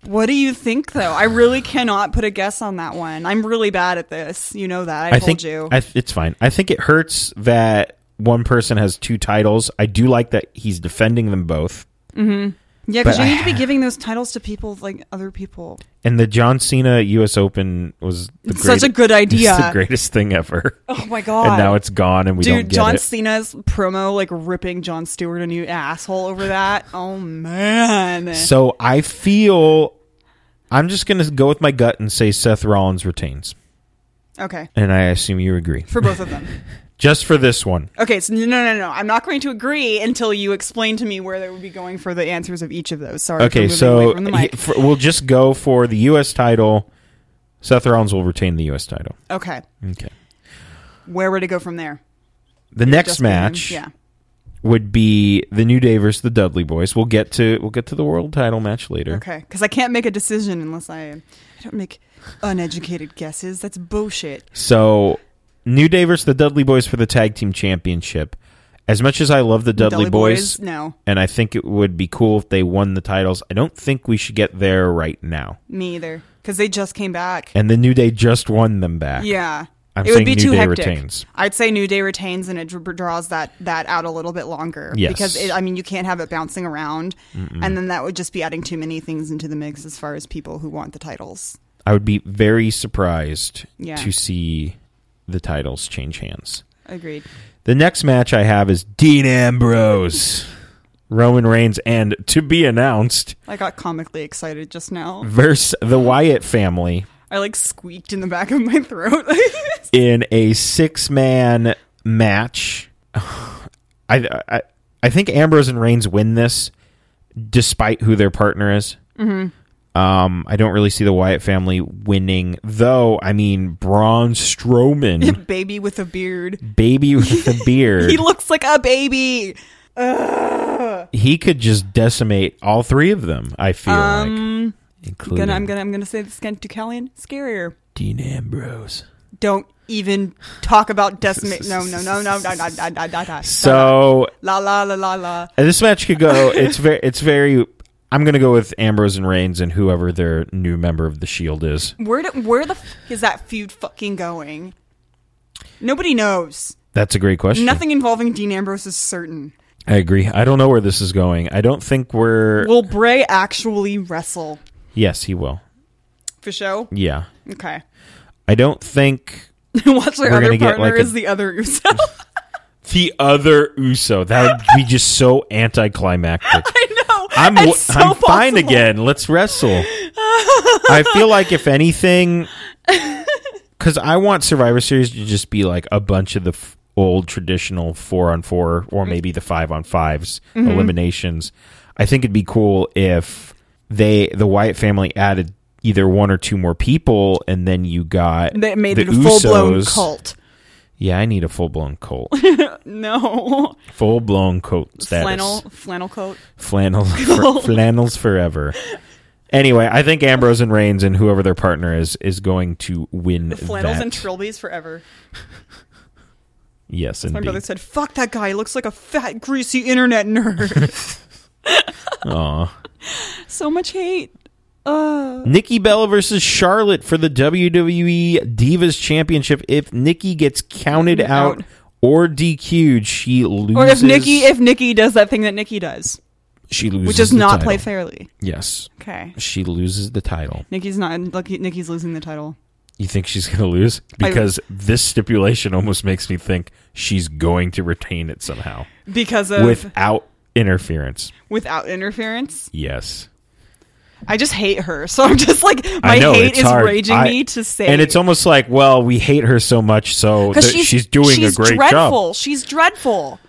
Speaker 3: What do you think though? I really cannot put a guess on that one. I'm really bad at this. You know that. I, told
Speaker 2: think
Speaker 3: you.
Speaker 2: I th- it's fine. I think it hurts that one person has two titles. I do like that he's defending them both.
Speaker 3: yeah,
Speaker 2: but
Speaker 3: because you
Speaker 2: I-
Speaker 3: need to be giving those titles to people like other people.
Speaker 2: And the John Cena U.S. Open was the
Speaker 3: It's such
Speaker 2: great-
Speaker 3: a good idea.
Speaker 2: It's the greatest thing ever.
Speaker 3: Oh my god.
Speaker 2: And now it's gone, and we don't
Speaker 3: Dude,
Speaker 2: get
Speaker 3: John
Speaker 2: it.
Speaker 3: Cena's promo like ripping John Stewart a new asshole over that. Oh man.
Speaker 2: So I feel I'm just gonna go with my gut and say Seth Rollins retains,
Speaker 3: Okay.
Speaker 2: and I assume you agree.
Speaker 3: For both of them.
Speaker 2: Just for this one,
Speaker 3: Okay, so no no no. I'm not going to agree until you explain to me where they would be going for the answers of each of those. Sorry. for
Speaker 2: okay.
Speaker 3: moving
Speaker 2: So
Speaker 3: away from the mic.
Speaker 2: he- for- we'll just go for the U.S. title. Seth Rollins will retain the U.S. title.
Speaker 3: Okay.
Speaker 2: Okay.
Speaker 3: Where would it go from there?
Speaker 2: The next
Speaker 3: Just being-
Speaker 2: match
Speaker 3: Yeah.
Speaker 2: would be the New Day versus the Dudley Boys. We'll get to we'll get to the world title match later.
Speaker 3: Okay, because I can't make a decision unless I, I don't make uneducated guesses. That's bullshit.
Speaker 2: So New Day versus the Dudley Boys for the tag team championship. As much as I love the Dudley, Boys,
Speaker 3: No,
Speaker 2: and I think it would be cool if they won the titles, I don't think we should get there right now.
Speaker 3: me either. Because they just came back.
Speaker 2: And the New Day just won them back.
Speaker 3: Yeah,
Speaker 2: I'm
Speaker 3: it would
Speaker 2: saying
Speaker 3: be
Speaker 2: New
Speaker 3: too
Speaker 2: Day
Speaker 3: hectic.
Speaker 2: retains.
Speaker 3: I'd say New Day retains, and it dr- draws that that out a little bit longer.
Speaker 2: Yes.
Speaker 3: because it, I mean you can't have it bouncing around, and then that would just be adding too many things into the mix as far as people who want the titles.
Speaker 2: I would be very surprised
Speaker 3: Yeah.
Speaker 2: to see the titles change hands.
Speaker 3: Agreed.
Speaker 2: The next match I have is Dean Ambrose, Roman Reigns, and to be announced
Speaker 3: I got comically excited just now.
Speaker 2: versus the Wyatt family
Speaker 3: I like squeaked in the back of my throat.
Speaker 2: in a six man match. I, I I think Ambrose and Reigns win this, despite who their partner is.
Speaker 3: Mm-hmm.
Speaker 2: Um, I don't really see the Wyatt family winning, though. I mean, Braun Strowman,
Speaker 3: Baby with a beard.
Speaker 2: baby with the beard,
Speaker 3: He looks like a baby. Ugh.
Speaker 2: he could just decimate all three of them. I feel
Speaker 3: Um,
Speaker 2: like, including
Speaker 3: Gonna, I'm gonna I'm gonna say this again. Deucalion, scarier.
Speaker 2: Dean Ambrose.
Speaker 3: Don't even talk about decimate. No, no, no, no, no, no, no, no, no, no.
Speaker 2: So
Speaker 3: la la la la la.
Speaker 2: uh, this match could go. It's very. It's very. I'm gonna go with Ambrose and Reigns and whoever their new member of the Shield is.
Speaker 3: Where do, where the f- is that feud fucking going? Nobody knows.
Speaker 2: That's a great question.
Speaker 3: Nothing involving Dean Ambrose is certain.
Speaker 2: I agree. I don't know where this is going. I don't think we're.
Speaker 3: Will Bray actually wrestle
Speaker 2: yes, he will.
Speaker 3: for show?
Speaker 2: Yeah.
Speaker 3: Okay.
Speaker 2: I don't think
Speaker 3: Watch their
Speaker 2: We're
Speaker 3: other
Speaker 2: gonna get,
Speaker 3: partner
Speaker 2: like, a-
Speaker 3: is the other Uso.
Speaker 2: the other Uso. That would be just so anticlimactic.
Speaker 3: I know.
Speaker 2: I'm
Speaker 3: It's
Speaker 2: w-
Speaker 3: so
Speaker 2: I'm fine
Speaker 3: possible.
Speaker 2: again. Let's wrestle. I feel like if anything, because I want Survivor Series to just be like a bunch of the f- old traditional four on four or maybe the five on 5s
Speaker 3: Mm-hmm.
Speaker 2: eliminations. I think it'd be cool if they the Wyatt family added either one or two more people, and then you got
Speaker 3: That made
Speaker 2: the
Speaker 3: it a full blown
Speaker 2: Usos.
Speaker 3: cult.
Speaker 2: Yeah, I need a full blown cult,
Speaker 3: No.
Speaker 2: full blown cult status.
Speaker 3: flannel flannel coat.
Speaker 2: flannel for, flannels forever. Anyway, I think Ambrose and Reigns and whoever their partner is is going to win
Speaker 3: Flannels
Speaker 2: that.
Speaker 3: and trilbies forever.
Speaker 2: yes,
Speaker 3: My brother
Speaker 2: indeed.
Speaker 3: said, "Fuck that guy. He looks like a fat, greasy internet nerd."
Speaker 2: Aw.
Speaker 3: so much hate. Uh,
Speaker 2: Nikki Bella versus Charlotte for the WWE Divas Championship. If Nikki gets counted out
Speaker 3: Out.
Speaker 2: or DQ'd, she loses.
Speaker 3: or if Nikki, if Nikki does that thing that Nikki does,
Speaker 2: she loses,
Speaker 3: which is
Speaker 2: the
Speaker 3: not
Speaker 2: title.
Speaker 3: play fairly.
Speaker 2: Yes,
Speaker 3: Okay,
Speaker 2: she loses the title.
Speaker 3: Nikki's not. Nikki- Nikki's losing the title.
Speaker 2: You think she's going to lose
Speaker 3: I-
Speaker 2: because this stipulation almost makes me think she's going to retain it somehow.
Speaker 3: Because of
Speaker 2: without interference.
Speaker 3: without interference,
Speaker 2: Yes,
Speaker 3: I just hate her. So I'm just like my
Speaker 2: I know
Speaker 3: hate
Speaker 2: it's
Speaker 3: is
Speaker 2: hard.
Speaker 3: raging
Speaker 2: I-
Speaker 3: me to say,
Speaker 2: and it's almost like, well, we hate her so much, so that she's, doing
Speaker 3: she's
Speaker 2: a great
Speaker 3: dreadful.
Speaker 2: job.
Speaker 3: She's dreadful.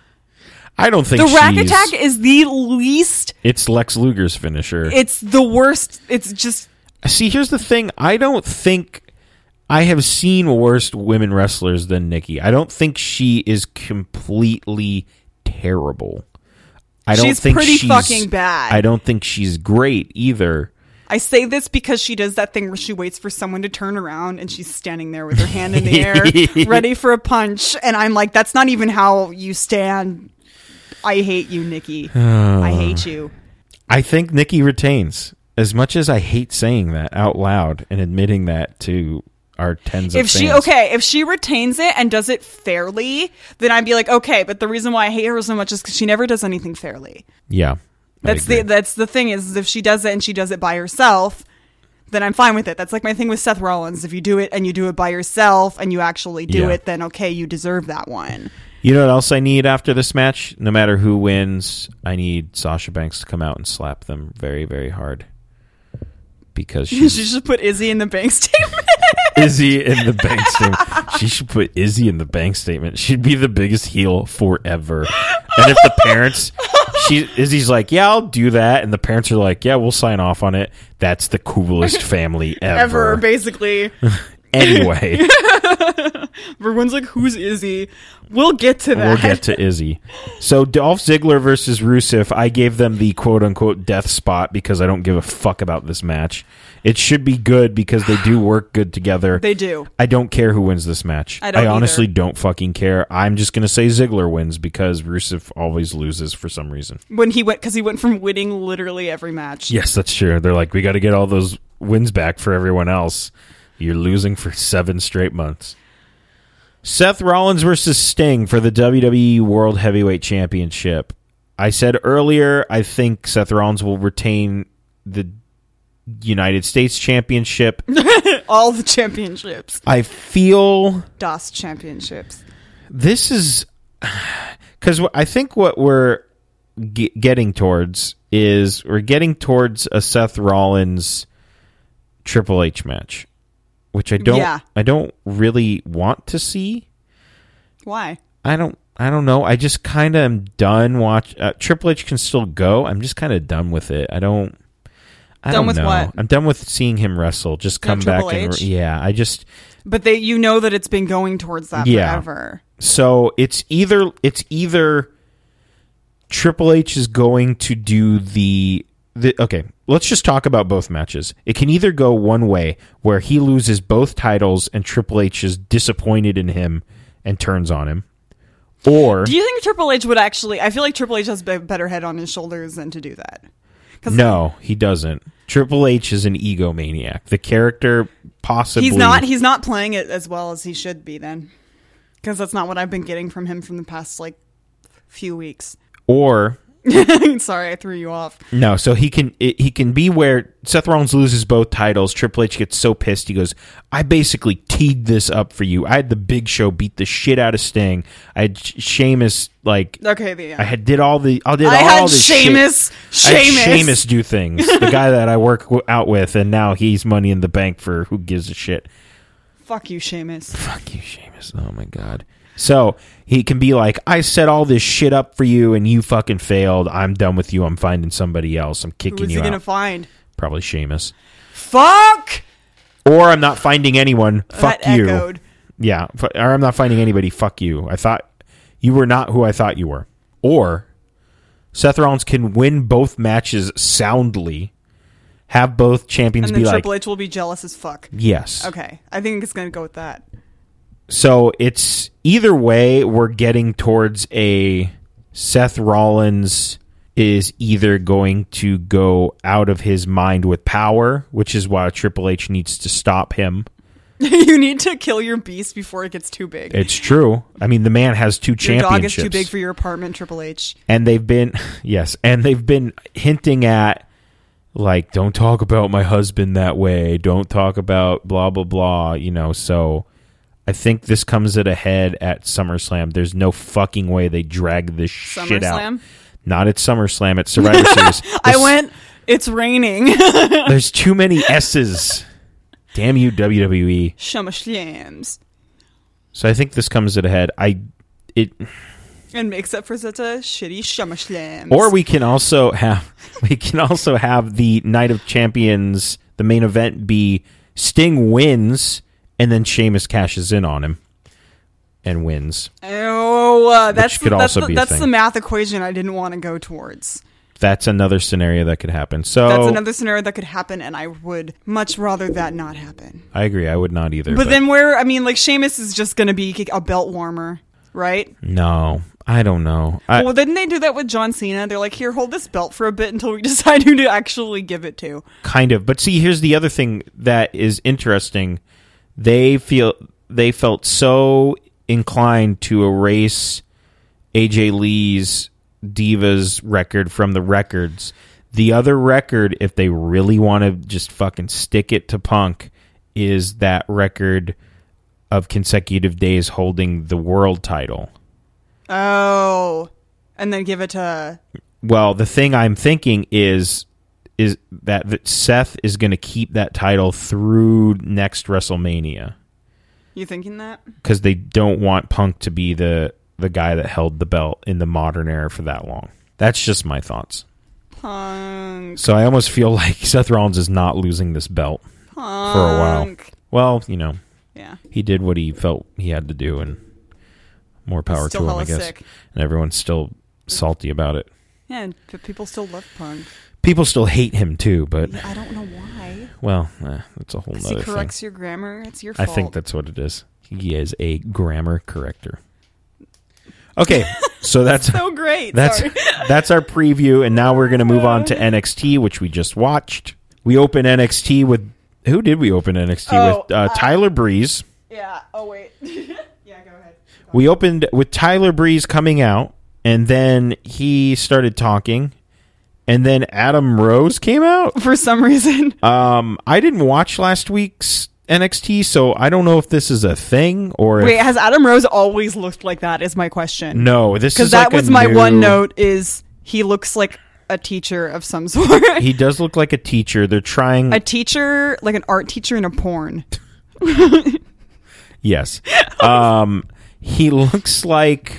Speaker 2: I don't think
Speaker 3: The rack
Speaker 2: she's-
Speaker 3: attack is the least.
Speaker 2: It's Lex Luger's finisher.
Speaker 3: It's the worst. It's just
Speaker 2: See, here's the thing. I don't think I have seen worse women wrestlers than Nikki. I don't think she is completely terrible. I don't
Speaker 3: She's
Speaker 2: think
Speaker 3: pretty
Speaker 2: she's
Speaker 3: fucking bad.
Speaker 2: I don't think she's great either.
Speaker 3: I say this because she does that thing where she waits for someone to turn around and she's standing there with her hand in the air, ready for a punch. And I'm like, that's not even how you stand. I hate you, Nikki. I hate you.
Speaker 2: I think Nikki retains. As much as I hate saying that out loud and admitting that to our tens of
Speaker 3: If she
Speaker 2: fans.
Speaker 3: okay, if she retains it and does it fairly, then I'd be like, okay. But the reason why I hate her so much is because she never does anything fairly.
Speaker 2: Yeah. I
Speaker 3: That's
Speaker 2: agree.
Speaker 3: the that's the thing is if she does it and she does it by herself, then I'm fine with it. That's like my thing with Seth Rollins. If you do it and you do it by yourself and you actually do
Speaker 2: Yeah.
Speaker 3: it, then okay, you deserve that one.
Speaker 2: You know what else I need after this match? No matter who wins, I need Sasha Banks to come out and slap them very, very hard. Because
Speaker 3: she
Speaker 2: she's
Speaker 3: should put Izzy in the bank statement.
Speaker 2: Izzy in the bank statement. She should put Izzy in the bank statement. She'd be the biggest heel forever. And if the parents, she Izzy's like, yeah, I'll do that, and the parents are like, yeah, we'll sign off on it. That's the coolest family ever.
Speaker 3: Ever, basically.
Speaker 2: anyway,
Speaker 3: Everyone's like, who's Izzy? We'll get to that.
Speaker 2: we'll get to Izzy. So Dolph Ziggler versus Rusev, I gave them the quote unquote death spot because I don't give a fuck about this match. It should be good because they do work good together.
Speaker 3: They do.
Speaker 2: I don't care who wins this match.
Speaker 3: I don't
Speaker 2: honestly
Speaker 3: either.
Speaker 2: don't fucking care. I'm just gonna say Ziggler wins because Rusev always loses for some reason.
Speaker 3: When he went, because he went from winning literally every match.
Speaker 2: Yes, that's true. They're like, we got to get all those wins back for everyone else. You're losing for seven straight months. Seth Rollins versus Sting for the WWE World Heavyweight Championship. I said earlier, I think Seth Rollins will retain the United States Championship.
Speaker 3: All the championships.
Speaker 2: I feel
Speaker 3: DOS championships.
Speaker 2: this is because I think what we're ge- getting towards is we're getting towards a Seth Rollins Triple H match, which I don't
Speaker 3: Yeah.
Speaker 2: I don't really want to see.
Speaker 3: Why?
Speaker 2: I don't I don't know. I just kind of am done watch uh, Triple H can still go. I'm just kind of done with it. I don't I
Speaker 3: Done
Speaker 2: don't
Speaker 3: with
Speaker 2: know.
Speaker 3: what?
Speaker 2: I'm done with seeing him wrestle. Just
Speaker 3: No
Speaker 2: come back
Speaker 3: Triple
Speaker 2: and
Speaker 3: H?
Speaker 2: yeah. I just
Speaker 3: But they, you know that it's been going towards that
Speaker 2: Yeah.
Speaker 3: forever.
Speaker 2: So it's either it's either Triple H is going to do the the okay. Let's just talk about both matches. It can either go one way where he loses both titles and Triple H is disappointed in him and turns on him, or
Speaker 3: Do you think Triple H would actually? I feel like Triple H has a better head on his shoulders than to do that.
Speaker 2: no, he doesn't. Triple H is an egomaniac. The character possibly
Speaker 3: He's not. He's not playing it as well as he should be then, because that's not what I've been getting from him from the past like few weeks.
Speaker 2: or
Speaker 3: Sorry, I threw you off.
Speaker 2: No, so he can it, he can be where Seth Rollins loses both titles. Triple H gets so pissed he goes, "I basically teed this up for you. I had the Big Show beat the shit out of Sting. I had Sh- Sheamus like
Speaker 3: Okay, the end.
Speaker 2: I had did all the I did
Speaker 3: I
Speaker 2: all
Speaker 3: had
Speaker 2: this
Speaker 3: Sheamus.
Speaker 2: shit. I had
Speaker 3: Sheamus.
Speaker 2: Sheamus do things. the guy that I work w- out with, and now he's money in the bank for who gives a shit.
Speaker 3: Fuck you, Seamus.
Speaker 2: Fuck you, Sheamus. Oh my god. So he can be like, I set all this shit up for you, and you fucking failed. I'm done with you. I'm finding somebody else. I'm kicking
Speaker 3: Who is he
Speaker 2: you
Speaker 3: gonna
Speaker 2: out.
Speaker 3: find?
Speaker 2: Probably Sheamus.
Speaker 3: Fuck.
Speaker 2: Or I'm not finding anyone. Fuck
Speaker 3: that
Speaker 2: you.
Speaker 3: echoed.
Speaker 2: Yeah. F- Or I'm not finding anybody. Fuck you. I thought you were not who I thought you were. Or Seth Rollins can win both matches soundly, have both champions
Speaker 3: And
Speaker 2: be
Speaker 3: then
Speaker 2: like,
Speaker 3: Triple H will be jealous as fuck.
Speaker 2: yes.
Speaker 3: Okay, I think it's gonna go with that.
Speaker 2: So it's either way, we're getting towards a Seth Rollins is either going to go out of his mind with power, which is why Triple H needs to stop him.
Speaker 3: you need to kill your beast before it gets too big.
Speaker 2: It's true. I mean, the man has two
Speaker 3: your
Speaker 2: championships,
Speaker 3: dog is too big for your apartment, Triple H.
Speaker 2: and they've been yes, and they've been hinting at like, don't talk about my husband that way. Don't talk about blah blah blah. You know, so I think this comes at a head at SummerSlam. There's no fucking way they drag this shit out.
Speaker 3: SummerSlam?
Speaker 2: Not at SummerSlam. At Survivor Series.
Speaker 3: I
Speaker 2: There's-
Speaker 3: went. It's raining.
Speaker 2: There's too many S's. Damn you, E. WWE.
Speaker 3: Shama Shams.
Speaker 2: So I think this comes at a head. I it
Speaker 3: And except for such a shitty Shema Shlems.
Speaker 2: Or we can also have we can also have the Night of Champions, the main event be Sting wins and then Sheamus cashes in on him and wins.
Speaker 3: Oh, uh, that's
Speaker 2: could
Speaker 3: that's,
Speaker 2: also
Speaker 3: the,
Speaker 2: be a
Speaker 3: that's the
Speaker 2: thing.
Speaker 3: math equation I didn't want to go towards.
Speaker 2: That's another scenario that could happen. So
Speaker 3: That's another scenario that could happen, and I would much rather that not happen.
Speaker 2: I agree. I would not either.
Speaker 3: But, then where I mean, like Sheamus is just going to be a belt warmer, right?
Speaker 2: no, I don't know. I,
Speaker 3: well, didn't they do that with John Cena? They're like, here, hold this belt for a bit until we decide who to actually give it to.
Speaker 2: kind of. But see, here's the other thing that is interesting. They feel they felt so inclined to erase AJ Lee's Divas record from the records. The other record, if they really want to just fucking stick it to Punk, is that record of consecutive days holding the world title.
Speaker 3: Oh, and then give it to
Speaker 2: Well, the thing I'm thinking is is that, that Seth is going to keep that title through next WrestleMania
Speaker 3: you. Thinking that?
Speaker 2: because they don't want Punk to be the the guy that held the belt in the modern era for that long. That's just my thoughts.
Speaker 3: Punk.
Speaker 2: So I almost feel like Seth Rollins is not losing this belt for a while.
Speaker 3: Punk.
Speaker 2: Well, you know,
Speaker 3: Yeah.
Speaker 2: he did what he felt he had to do, and more power
Speaker 3: Still
Speaker 2: to him, I
Speaker 3: hella
Speaker 2: guess.
Speaker 3: sick.
Speaker 2: And everyone's still salty about it.
Speaker 3: Yeah, but people still love Punk.
Speaker 2: People still hate him too, but
Speaker 3: Yeah, I don't know why.
Speaker 2: well, eh, that's a whole
Speaker 3: Because he
Speaker 2: nother thing.
Speaker 3: corrects your grammar. It's your
Speaker 2: I
Speaker 3: fault.
Speaker 2: think that's what it is. He is a grammar corrector. Okay, so that's
Speaker 3: so great.
Speaker 2: that's
Speaker 3: Sorry.
Speaker 2: that's our preview, and now we're gonna move on to NXT, which we just watched. We open NXT with who did we open NXT
Speaker 3: Oh,
Speaker 2: with? Uh, Tyler Breeze.
Speaker 3: Yeah. Oh wait. yeah. Go ahead.
Speaker 2: We opened with Tyler Breeze coming out, and then he started talking, and then Adam Rose came out.
Speaker 3: For some reason,
Speaker 2: Um, I didn't watch last week's NXT, so I don't know if this is a thing or if
Speaker 3: wait. Has Adam Rose always looked like that? Is my question.
Speaker 2: No, Mm. this
Speaker 3: Because
Speaker 2: is
Speaker 3: that
Speaker 2: like a
Speaker 3: was my one
Speaker 2: new-
Speaker 3: note. Is he looks like a teacher of some sort?
Speaker 2: He does look like a teacher. They're trying.
Speaker 3: a teacher, like an art teacher in a porn.
Speaker 2: yes. Um, he looks like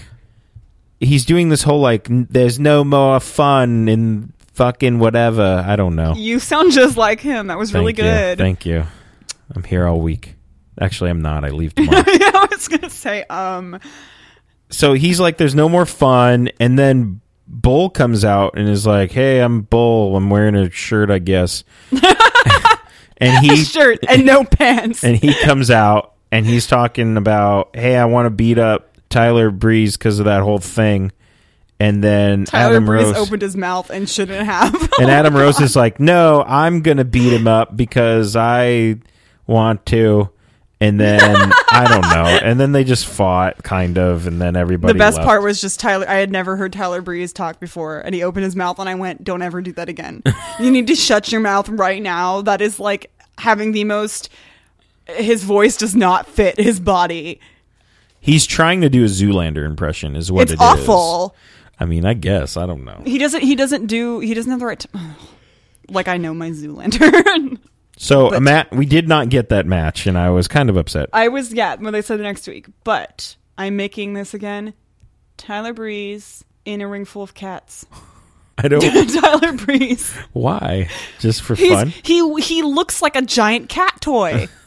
Speaker 2: he's doing this whole like n- there's no more fun in fucking whatever. I don't know.
Speaker 3: You sound just like him. That was really
Speaker 2: Thank you.
Speaker 3: good.
Speaker 2: Thank you. I'm here all week. Actually, I'm not. I leave tomorrow.
Speaker 3: yeah, I was gonna say, um,
Speaker 2: so he's like, there's no more fun, and then. Bull comes out and is like, "Hey, I'm Bull. I'm wearing a shirt, I guess." and he
Speaker 3: shirt and no pants.
Speaker 2: and he comes out and he's talking about, hey, I want to beat up Tyler Breeze because of that whole thing. And then
Speaker 3: Tyler
Speaker 2: Adam
Speaker 3: Breeze
Speaker 2: Rose
Speaker 3: opened his mouth and shouldn't have.
Speaker 2: and Adam Rose is like, no, I'm gonna beat him up because I want to. And then I don't know. And then they just fought, kind of. And then everybody.
Speaker 3: the best
Speaker 2: left.
Speaker 3: part was just Tyler. I had never heard Tyler Breeze talk before, and he opened his mouth, and I went, "Don't ever do that again. you need to shut your mouth right now." That is like having the most. His voice does not fit his body.
Speaker 2: he's trying to do a Zoolander impression, is what
Speaker 3: it's
Speaker 2: it is.
Speaker 3: awful.
Speaker 2: I mean, I guess I don't know.
Speaker 3: He doesn't. He doesn't do. He doesn't have the right. To, like I know my Zoolander.
Speaker 2: So a Matt, we did not get that match, and I was kind of upset.
Speaker 3: I was yeah when they said the next week, but I'm making this again. Tyler Breeze in a ring full of cats.
Speaker 2: I don't.
Speaker 3: Tyler Breeze.
Speaker 2: why? Just for
Speaker 3: He's,
Speaker 2: fun?
Speaker 3: He he looks like a giant cat toy.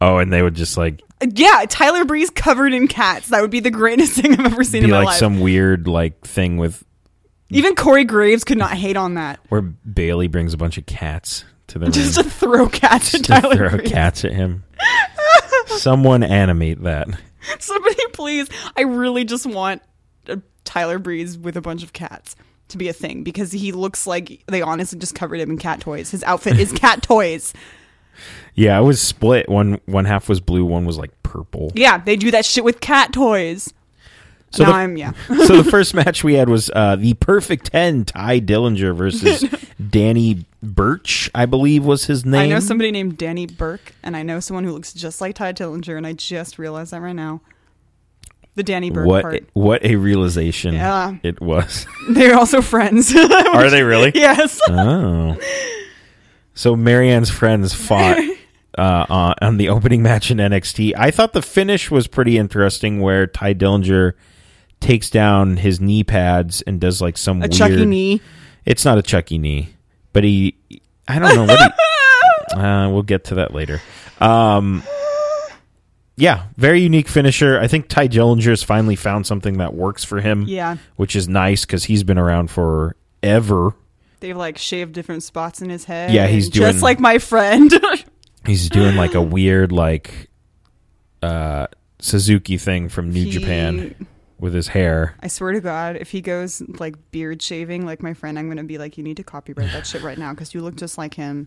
Speaker 2: Oh, and they would just like
Speaker 3: yeah, Tyler Breeze covered in cats. That would be the greatest thing I've ever seen
Speaker 2: be
Speaker 3: in my
Speaker 2: like
Speaker 3: life.
Speaker 2: some weird like thing with
Speaker 3: Even Corey Graves could not hate on that.
Speaker 2: where Bailey brings a bunch of cats to the ring
Speaker 3: Just to throw cats at
Speaker 2: just to
Speaker 3: Tyler
Speaker 2: throw
Speaker 3: Breeze.
Speaker 2: cats at him. Someone animate that.
Speaker 3: Somebody please. I really just want a Tyler Breeze with a bunch of cats to be a thing because he looks like they honestly just covered him in cat toys. His outfit is cat toys.
Speaker 2: Yeah, I was split. One one half was blue, one was like purple.
Speaker 3: Yeah, they do that shit with cat toys.
Speaker 2: So
Speaker 3: now
Speaker 2: the-
Speaker 3: I'm yeah.
Speaker 2: so the first match we had was uh, the Perfect Ten, Ty Dillinger versus Danny Birch, I believe was his name.
Speaker 3: I know somebody named Danny Burke, and I know someone who looks just like Ty Tillinger, and I just realized that right now. The Danny Burke
Speaker 2: what
Speaker 3: part.
Speaker 2: what a realization
Speaker 3: Yeah.
Speaker 2: it was.
Speaker 3: They're also friends.
Speaker 2: Are they really?
Speaker 3: yes.
Speaker 2: Oh. So Marianne's friends fought uh, on, on the opening match in NXT. I thought the finish was pretty interesting where Ty Dillinger takes down his knee pads and does like some
Speaker 3: A E.
Speaker 2: weird.
Speaker 3: Chucky knee.
Speaker 2: It's not a Chucky knee, but he. I don't know what. He, uh, we'll get to that later. Um, yeah, very unique finisher. I think Ty Dillinger's finally found something that works for him.
Speaker 3: Yeah.
Speaker 2: which is nice because he's been around forever.
Speaker 3: They've like shaved different spots in his head.
Speaker 2: Yeah, he's
Speaker 3: and
Speaker 2: doing-
Speaker 3: just like my friend.
Speaker 2: He's doing like a weird like uh Suzuki thing from New
Speaker 3: He-
Speaker 2: Japan with his hair.
Speaker 3: I swear to God, if he goes like beard shaving like my friend, I'm gonna be like, you need to copyright that shit right now because you look just like him.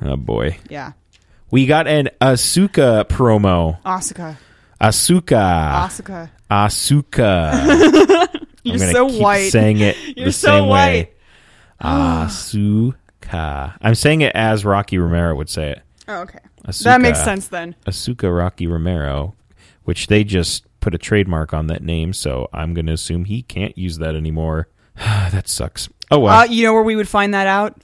Speaker 2: Oh boy.
Speaker 3: Yeah,
Speaker 2: We got an Asuka promo.
Speaker 3: Asuka,
Speaker 2: Asuka.
Speaker 3: Asuka,
Speaker 2: Asuka.
Speaker 3: you're
Speaker 2: I'm gonna
Speaker 3: so
Speaker 2: keep
Speaker 3: white.
Speaker 2: Saying it
Speaker 3: You're
Speaker 2: the
Speaker 3: so
Speaker 2: same way.
Speaker 3: white.
Speaker 2: Asuka. I'm saying it as Rocky Romero would say it.
Speaker 3: oh, okay,
Speaker 2: Asuka.
Speaker 3: that makes sense then.
Speaker 2: Asuka Rocky Romero, which they just put a trademark on that name, so I'm going to assume he can't use that anymore. that sucks. Oh well.
Speaker 3: Uh, you know where we would find that out?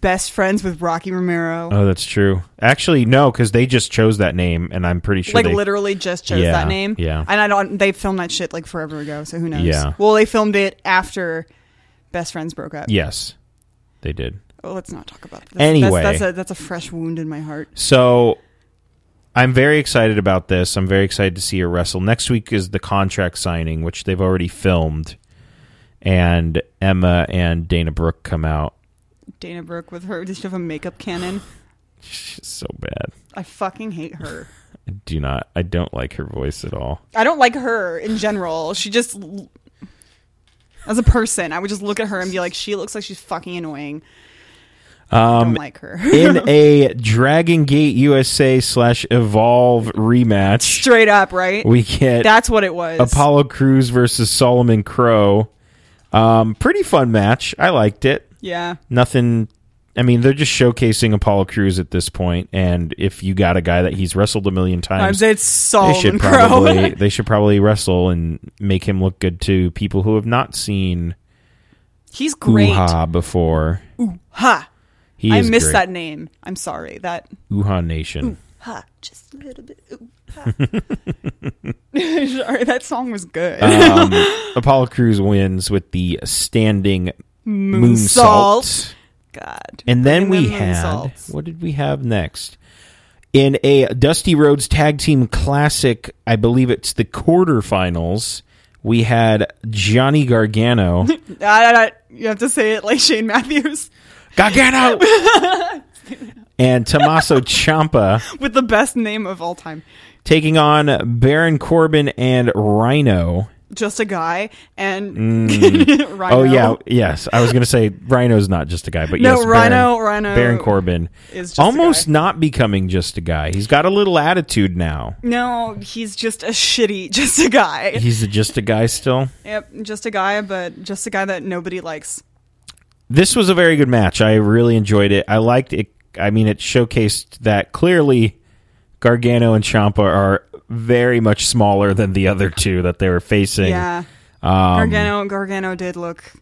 Speaker 3: Best friends with Rocky Romero.
Speaker 2: Mm. oh, that's true. Actually, no, because they just chose that name, and I'm pretty sure
Speaker 3: like
Speaker 2: they.
Speaker 3: literally just chose
Speaker 2: Yeah,
Speaker 3: that name.
Speaker 2: yeah.
Speaker 3: and I don't. They filmed that shit like forever ago, so who knows?
Speaker 2: Yeah.
Speaker 3: Well, they filmed it after Best Friends broke up.
Speaker 2: yes, they did.
Speaker 3: Oh, let's not talk about that.
Speaker 2: Anyway.
Speaker 3: that's, that's a that's a fresh wound in my heart.
Speaker 2: So I'm very excited about this. I'm very excited to see her wrestle. Next week is the contract signing, which they've already filmed, and Emma and Dana Brooke come out.
Speaker 3: Dana Brooke with her. Does she have a makeup cannon?
Speaker 2: She's so bad.
Speaker 3: I fucking hate her.
Speaker 2: I do not. I don't like her voice at all.
Speaker 3: I don't like her in general. She just l- as a person, I would just look at her and be like, she looks like she's fucking annoying. Um, don't like her.
Speaker 2: in a Dragon Gate USA slash Evolve rematch,
Speaker 3: Straight up, right?
Speaker 2: we get
Speaker 3: That's what it was.
Speaker 2: Apollo Cruz versus Solomon Crow. Um, pretty fun match. I liked it.
Speaker 3: yeah.
Speaker 2: Nothing. I mean, they're just showcasing Apollo Cruz at this point, and if you got a guy that he's wrestled a million times,
Speaker 3: Times it's
Speaker 2: they should
Speaker 3: Solomon Crow.
Speaker 2: probably they should probably wrestle and make him look good to people who have not seen
Speaker 3: He's great.
Speaker 2: Uha before.
Speaker 3: Ha.
Speaker 2: He
Speaker 3: I
Speaker 2: is
Speaker 3: missed
Speaker 2: great.
Speaker 3: that name. I'm sorry. That
Speaker 2: Uha Nation.
Speaker 3: ha. Just a little bit. Ooh, ha. sorry, that song was good.
Speaker 2: um, Apollo Crews wins with the standing moonsault.
Speaker 3: Moonsault. God.
Speaker 2: And then we
Speaker 3: Bringing the
Speaker 2: had
Speaker 3: moonsaults.
Speaker 2: what did we have next? In a Dusty Rhodes Tag Team Classic, I believe it's the quarterfinals. We had Johnny Gargano.
Speaker 3: Ah, ah, ah. you have to say it like Shane Matthews.
Speaker 2: Gargano! and Tommaso Ciampa
Speaker 3: with the best name of all time.
Speaker 2: taking on Baron Corbin and Rhino.
Speaker 3: Just a guy and Rhino.
Speaker 2: Oh yeah, yes. I was gonna say Rhino's not just a guy, but
Speaker 3: No,
Speaker 2: yes,
Speaker 3: Rhino-
Speaker 2: Baron,
Speaker 3: Rhino
Speaker 2: Baron Corbin
Speaker 3: is just a
Speaker 2: almost
Speaker 3: guy.
Speaker 2: not becoming just a guy. He's got a little attitude now.
Speaker 3: No, he's just a shitty, just a guy.
Speaker 2: He's just a guy still.
Speaker 3: Yep, just a guy, but just a guy that nobody likes.
Speaker 2: This was a very good match. I really enjoyed it. I liked it. I mean, it showcased that clearly Gargano and Champa are very much smaller than the other two that they were facing.
Speaker 3: Yeah.
Speaker 2: Um,
Speaker 3: Gargano, Gargano did look.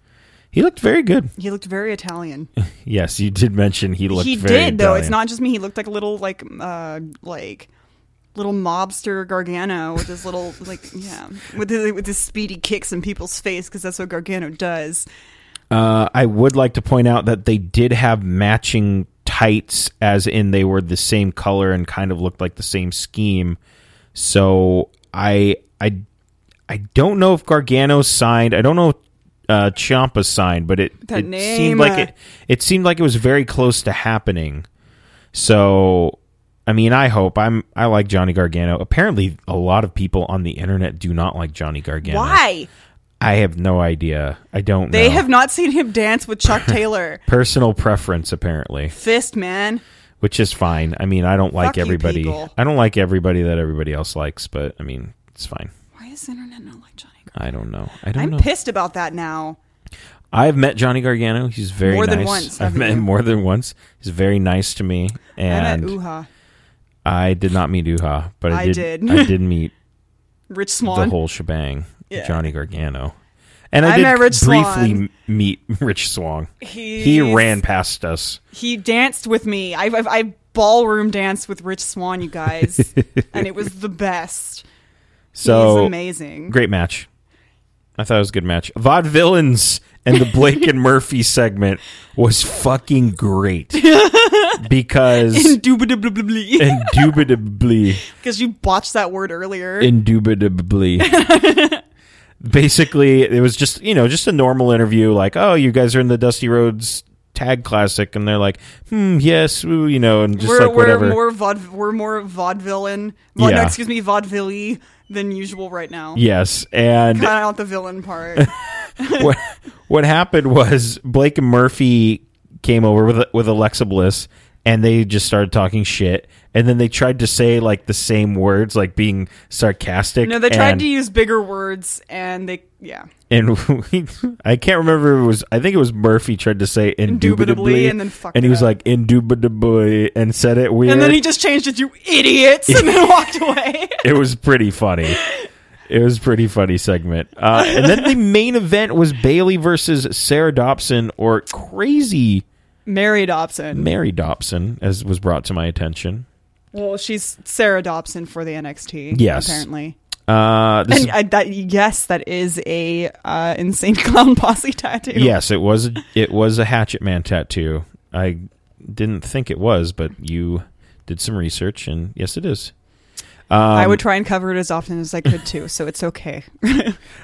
Speaker 2: He looked very good.
Speaker 3: He looked very Italian.
Speaker 2: Yes, you did mention he looked
Speaker 3: he did
Speaker 2: very
Speaker 3: though. It's
Speaker 2: Italian.
Speaker 3: not just me. He looked like a little like uh like little mobster Gargano with his little like yeah with his with his speedy kicks in people's face because that's what Gargano does.
Speaker 2: Uh, I would like to point out that they did have matching tights, as in they were the same color and kind of looked like the same scheme. So I I I don't know if Gargano signed. I don't know. If, uh, Ciampa signed, but it,
Speaker 3: That
Speaker 2: it
Speaker 3: name,
Speaker 2: seemed like
Speaker 3: uh,
Speaker 2: it. It seemed like it was very close to happening. So, I mean, I hope I'm. I like Johnny Gargano. Apparently, a lot of people on the internet do not like Johnny Gargano.
Speaker 3: Why?
Speaker 2: I have no idea. I don't.
Speaker 3: They
Speaker 2: know.
Speaker 3: have not seen him dance with Chuck Taylor.
Speaker 2: personal preference apparently
Speaker 3: Fist, man.
Speaker 2: which is fine i mean i don't like
Speaker 3: Fuck you
Speaker 2: everybody
Speaker 3: people.
Speaker 2: i don't like everybody that everybody else likes but i mean it's fine
Speaker 3: Why is the internet not like Johnny? Gar-
Speaker 2: i don't know i don't
Speaker 3: I'm
Speaker 2: know
Speaker 3: pissed about that now.
Speaker 2: i've met johnny gargano he's very
Speaker 3: More
Speaker 2: nice
Speaker 3: than once,
Speaker 2: i've
Speaker 3: haven't
Speaker 2: met
Speaker 3: you?
Speaker 2: him more than once he's very nice to me
Speaker 3: I met
Speaker 2: and
Speaker 3: Uha,
Speaker 2: i did not meet uha but i
Speaker 3: I
Speaker 2: did
Speaker 3: did.
Speaker 2: i did meet
Speaker 3: Rich
Speaker 2: the
Speaker 3: Swan.
Speaker 2: whole shebang
Speaker 3: Yeah.
Speaker 2: johnny gargano and i,
Speaker 3: I
Speaker 2: did
Speaker 3: met Rich
Speaker 2: briefly
Speaker 3: Swan.
Speaker 2: m- meet rich swong he
Speaker 3: He's-
Speaker 2: ran past us
Speaker 3: he danced with me. I, I, I ballroom danced with Rich Swan, you guys, and it was the best.
Speaker 2: so
Speaker 3: He's amazing.
Speaker 2: great match I thought it was a good match. Vod Villains and the Blake and Murphy segment was fucking great because
Speaker 3: Indubitably.
Speaker 2: indubitably,
Speaker 3: Because you botched that word earlier.
Speaker 2: indubitably. Basically, it was just you know just a normal interview, like oh you guys are in the Dusty Roads Tag Classic, and they're like hmm yes ooh, you know and just
Speaker 3: we're,
Speaker 2: like
Speaker 3: we're
Speaker 2: whatever.
Speaker 3: more vaude- we're more vaudevillain. Vaude-
Speaker 2: Yeah.
Speaker 3: excuse me, vaudeville than usual right now.
Speaker 2: yes, and
Speaker 3: Cut out the villain part.
Speaker 2: what what happened was Blake and Murphy came over with with Alexa Bliss and they just started talking shit and then they tried to say like the same words like being sarcastic
Speaker 3: no, they tried
Speaker 2: and,
Speaker 3: to use bigger words, and they yeah,
Speaker 2: and we, I can't remember if it was I think it was Murphy tried to say indubitably,
Speaker 3: Indubitably, and then fucked
Speaker 2: and he
Speaker 3: it
Speaker 2: was
Speaker 3: up.
Speaker 2: like indubitably and said it weird
Speaker 3: and then he just changed it to idiots, and then walked away.
Speaker 2: it was pretty funny. It was a pretty funny segment. Uh, and then the main event was Bailey versus Sarah Dobson or crazy
Speaker 3: Mary Dobson.
Speaker 2: Mary Dobson, as was brought to my attention.
Speaker 3: Well, she's Sarah Dobson for the NXT.
Speaker 2: Yes.
Speaker 3: apparently.
Speaker 2: Uh, this
Speaker 3: And I, that yes, that is a uh, insane clown posse tattoo.
Speaker 2: yes, it was it was a Hatchet Man tattoo. I didn't think it was, but you did some research, and yes, it is.
Speaker 3: I
Speaker 2: um,
Speaker 3: would try and cover it as often as I could too, so it's okay.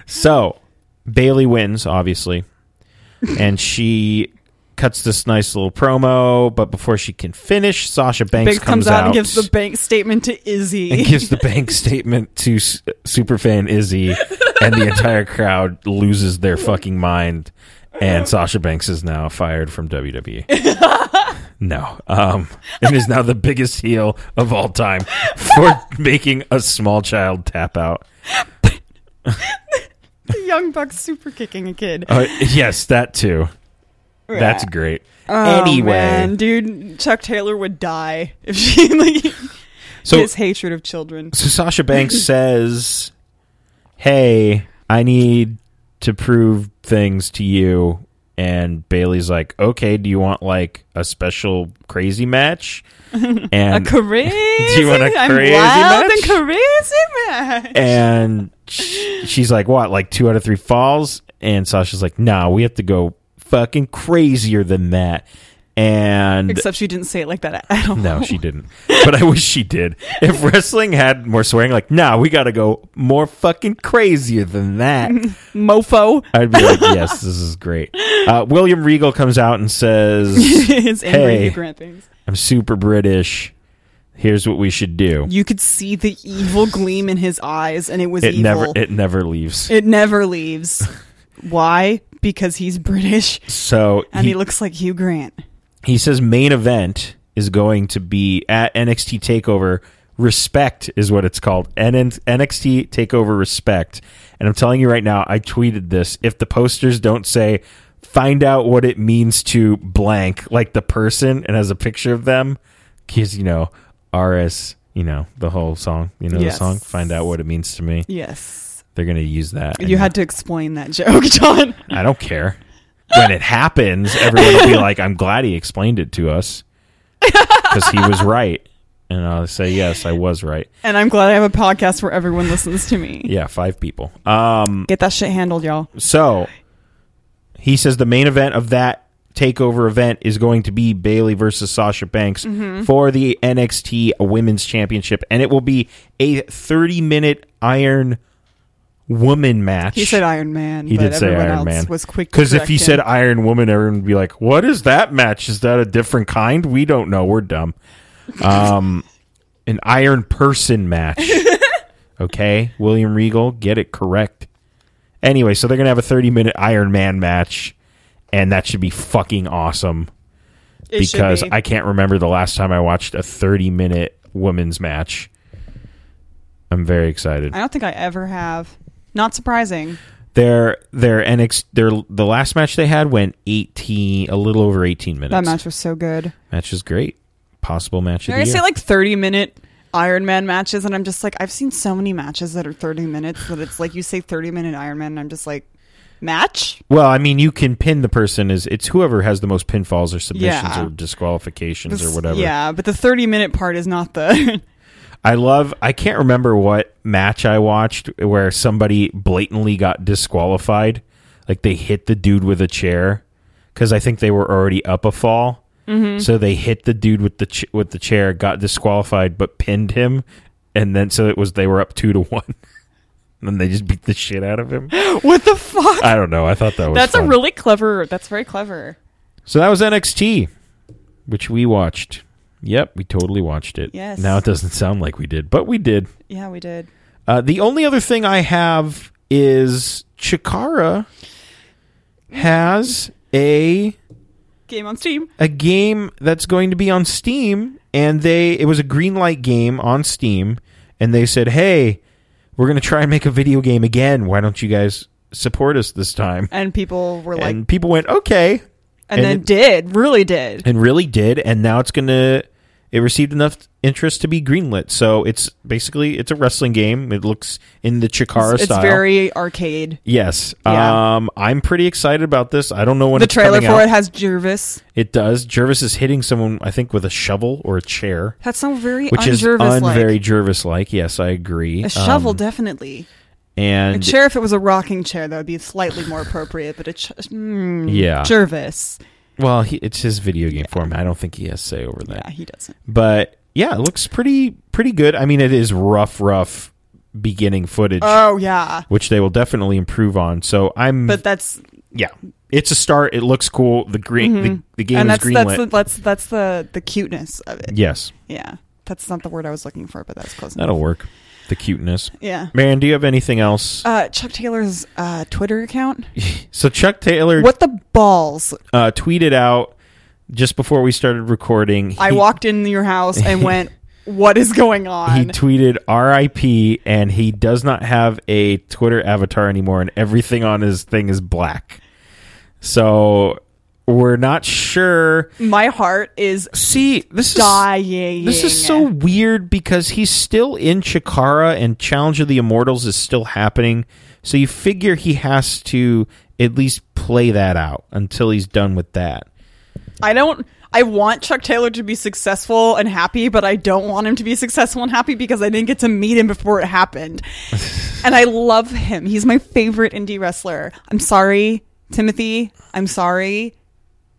Speaker 2: So Bailey wins, obviously, and she cuts this nice little promo. But before she can finish, Sasha Banks
Speaker 3: Biggs comes, out, and gives the bank statement to
Speaker 2: and
Speaker 3: Izzy.
Speaker 2: gives the bank statement to S- superfan Izzy, and the entire crowd loses their fucking mind. And Sasha Banks is now fired from WWE. no, um, and is now the biggest heel of all time for making a small child tap out.
Speaker 3: Young Buck super kicking a kid.
Speaker 2: Uh, yes, that too. That's
Speaker 3: Yeah.
Speaker 2: great.
Speaker 3: Oh,
Speaker 2: anyway,
Speaker 3: man, dude, Chuck Taylor would die if she like
Speaker 2: so
Speaker 3: his hatred of children.
Speaker 2: So Sasha Banks says, "Hey, I need to prove things to you." And Bailey's like, "Okay, do you want like a special crazy match?"
Speaker 3: A
Speaker 2: And
Speaker 3: crazy,
Speaker 2: want a
Speaker 3: I'm
Speaker 2: crazy
Speaker 3: wild
Speaker 2: match?
Speaker 3: and crazy match.
Speaker 2: and sh- she's like, "What? Like two out of three falls?" And Sasha's like, "Nah, we have to go fucking crazier than that." And
Speaker 3: Except she didn't say it like that at all.
Speaker 2: No, she didn't. But I wish she did. If wrestling had more swearing, like, nah, we gotta go more fucking crazier than that.
Speaker 3: Mofo.
Speaker 2: I'd be like, yes, this is great. Uh, William Regal comes out and says,
Speaker 3: His angry
Speaker 2: Hey.
Speaker 3: hey. grant things.
Speaker 2: I'm super British. Here's what we should do.
Speaker 3: You could see the evil gleam in his eyes, and it was
Speaker 2: It
Speaker 3: evil.
Speaker 2: never it never leaves.
Speaker 3: It never leaves. Why? Because he's British
Speaker 2: So
Speaker 3: and
Speaker 2: he,
Speaker 3: he, looks like Hugh Grant.
Speaker 2: he says main event is going to be at NXT Takeover. Respect is what it's called. N- NXT Takeover Respect. And I'm telling you right now, I tweeted this. If the posters don't say find out what it means to blank, like the person, and has a picture of them, because you know RS, you know the whole song, you know
Speaker 3: Yes.
Speaker 2: the song. Find out what it means to me.
Speaker 3: Yes.
Speaker 2: They're gonna use that.
Speaker 3: You
Speaker 2: and-
Speaker 3: had to explain that joke, John.
Speaker 2: I don't care. When it happens, everyone will be like, I'm glad he explained it to us because he was right. And I'll say, yes, I was right.
Speaker 3: And I'm glad I have a podcast where everyone listens to me.
Speaker 2: Yeah, five people. Um,
Speaker 3: Get that shit handled, y'all.
Speaker 2: so he says the main event of that takeover event is going to be Bailey versus Sasha Banks
Speaker 3: Mm-hmm.
Speaker 2: for the NXT Women's Championship, and it will be a 30 minute Iron Woman match.
Speaker 3: He said Iron Man,
Speaker 2: He
Speaker 3: but
Speaker 2: did say
Speaker 3: everyone
Speaker 2: Iron
Speaker 3: else
Speaker 2: Man.
Speaker 3: was quick to
Speaker 2: Because if
Speaker 3: correct
Speaker 2: he
Speaker 3: him.
Speaker 2: said Iron Woman, everyone would be like, "What is that match? Is that a different kind? We don't know. We're dumb." Um, an Iron Person match. okay, William Regal, get it correct. Anyway, so they're gonna have a thirty-minute Iron Man match, and that should be fucking awesome
Speaker 3: It should
Speaker 2: because
Speaker 3: be.
Speaker 2: I can't remember the last time I watched a thirty-minute women's match. I'm very excited.
Speaker 3: I don't think I ever have. Not surprising.
Speaker 2: Their their NX their the last match they had went eighteen a little over eighteen minutes.
Speaker 3: That match was so good.
Speaker 2: Match is great. Possible match of
Speaker 3: They're gonna
Speaker 2: the year.
Speaker 3: say like 30 minute Iron Man matches, and I'm just like, I've seen so many matches that are 30 minutes that it's like you say 30 minute Iron Man, and I'm just like, match?
Speaker 2: well, I mean, you can pin the person is it's whoever has the most pinfalls or submissions
Speaker 3: Yeah.
Speaker 2: or disqualifications
Speaker 3: This-
Speaker 2: or whatever.
Speaker 3: Yeah, but the 30 minute part is not the.
Speaker 2: I love. I can't remember what match I watched where somebody blatantly got disqualified. Like they hit the dude with a chair because I think they were already up a fall.
Speaker 4: Mm-hmm.
Speaker 2: So they hit the dude with the ch- with the chair, got disqualified, but pinned him, and then so it was they were up two to one. and then they just beat the shit out of him.
Speaker 3: What the fuck?
Speaker 2: I don't know. I thought that was
Speaker 4: That's a
Speaker 2: fun.
Speaker 4: really clever. That's very clever.
Speaker 2: So that was NXT, which we watched. Yep, we totally watched it.
Speaker 4: Yes.
Speaker 2: Now it doesn't sound like we did, but we did.
Speaker 4: Yeah, we did.
Speaker 2: Uh, the only other thing I have is Chikara has a
Speaker 3: Game on Steam.
Speaker 2: a game that's going to be on Steam, and they it was a green light game on Steam, and they said, "Hey, we're going to try and make a video game again. Why don't you guys support us this time?"
Speaker 3: And people were like,
Speaker 2: and people went, "Okay,"
Speaker 3: and, then
Speaker 2: it-
Speaker 3: did, really did.
Speaker 2: and really did and now it's gonna it received enough interest to be greenlit so it's basically it's a wrestling game it looks in the chikara
Speaker 3: It's
Speaker 2: style
Speaker 3: very arcade.
Speaker 2: yes
Speaker 3: Yeah.
Speaker 2: um i'm pretty excited about this i don't know when
Speaker 3: The
Speaker 2: it's
Speaker 3: trailer
Speaker 2: coming
Speaker 3: for
Speaker 2: out.
Speaker 3: it has Jervis.
Speaker 2: it does jervis is hitting someone i think with a shovel or a chair
Speaker 3: That sounds very
Speaker 2: which is
Speaker 3: un-Jervis like.
Speaker 2: very jervis like yes i agree
Speaker 3: a shovel,
Speaker 2: Um,
Speaker 3: definitely. A
Speaker 2: and
Speaker 3: chair, if it was a rocking chair, that would be slightly more appropriate. But a ch- mm,
Speaker 2: Yeah.
Speaker 3: Jervis.
Speaker 2: well he, it's his video game form i don't think he has say over that
Speaker 3: Yeah, he doesn't.
Speaker 2: but yeah it looks pretty pretty good i mean it is rough rough beginning footage
Speaker 3: Oh yeah,
Speaker 2: which they will definitely improve on. So I'm,
Speaker 3: but that's
Speaker 2: yeah, it's a start. It looks cool. The green, the, the game
Speaker 3: Mm-hmm. and
Speaker 2: is
Speaker 3: that's that's
Speaker 2: greenlit.
Speaker 3: the, that's that's the the cuteness of it.
Speaker 2: yes,
Speaker 3: Yeah, that's not the word I was looking for, but that's close.
Speaker 2: that'll
Speaker 3: enough.
Speaker 2: work. The cuteness.
Speaker 3: Yeah.
Speaker 2: Marion, do you have anything else?
Speaker 3: Uh, Chuck Taylor's uh, Twitter account.
Speaker 2: so Chuck Taylor
Speaker 3: What the balls?
Speaker 2: uh, tweeted out just before we started recording.
Speaker 3: I
Speaker 2: he-
Speaker 3: walked into your house and went, "What is going
Speaker 2: He
Speaker 3: on?"
Speaker 2: tweeted "R.I.P." and he does not have a Twitter avatar anymore, and everything on his thing is black. So we're not sure.
Speaker 3: My heart is
Speaker 2: See, this is
Speaker 3: dying.
Speaker 2: This is so weird because he's still in Chikara and Challenge of the Immortals is still happening. So you figure he has to at least play that out until he's done with that.
Speaker 3: I don't. I want Chuck Taylor to be successful and happy, but I don't want him to be successful and happy because I didn't get to meet him before it happened. and I love him. He's my favorite indie wrestler. I'm sorry, Timothy. I'm sorry,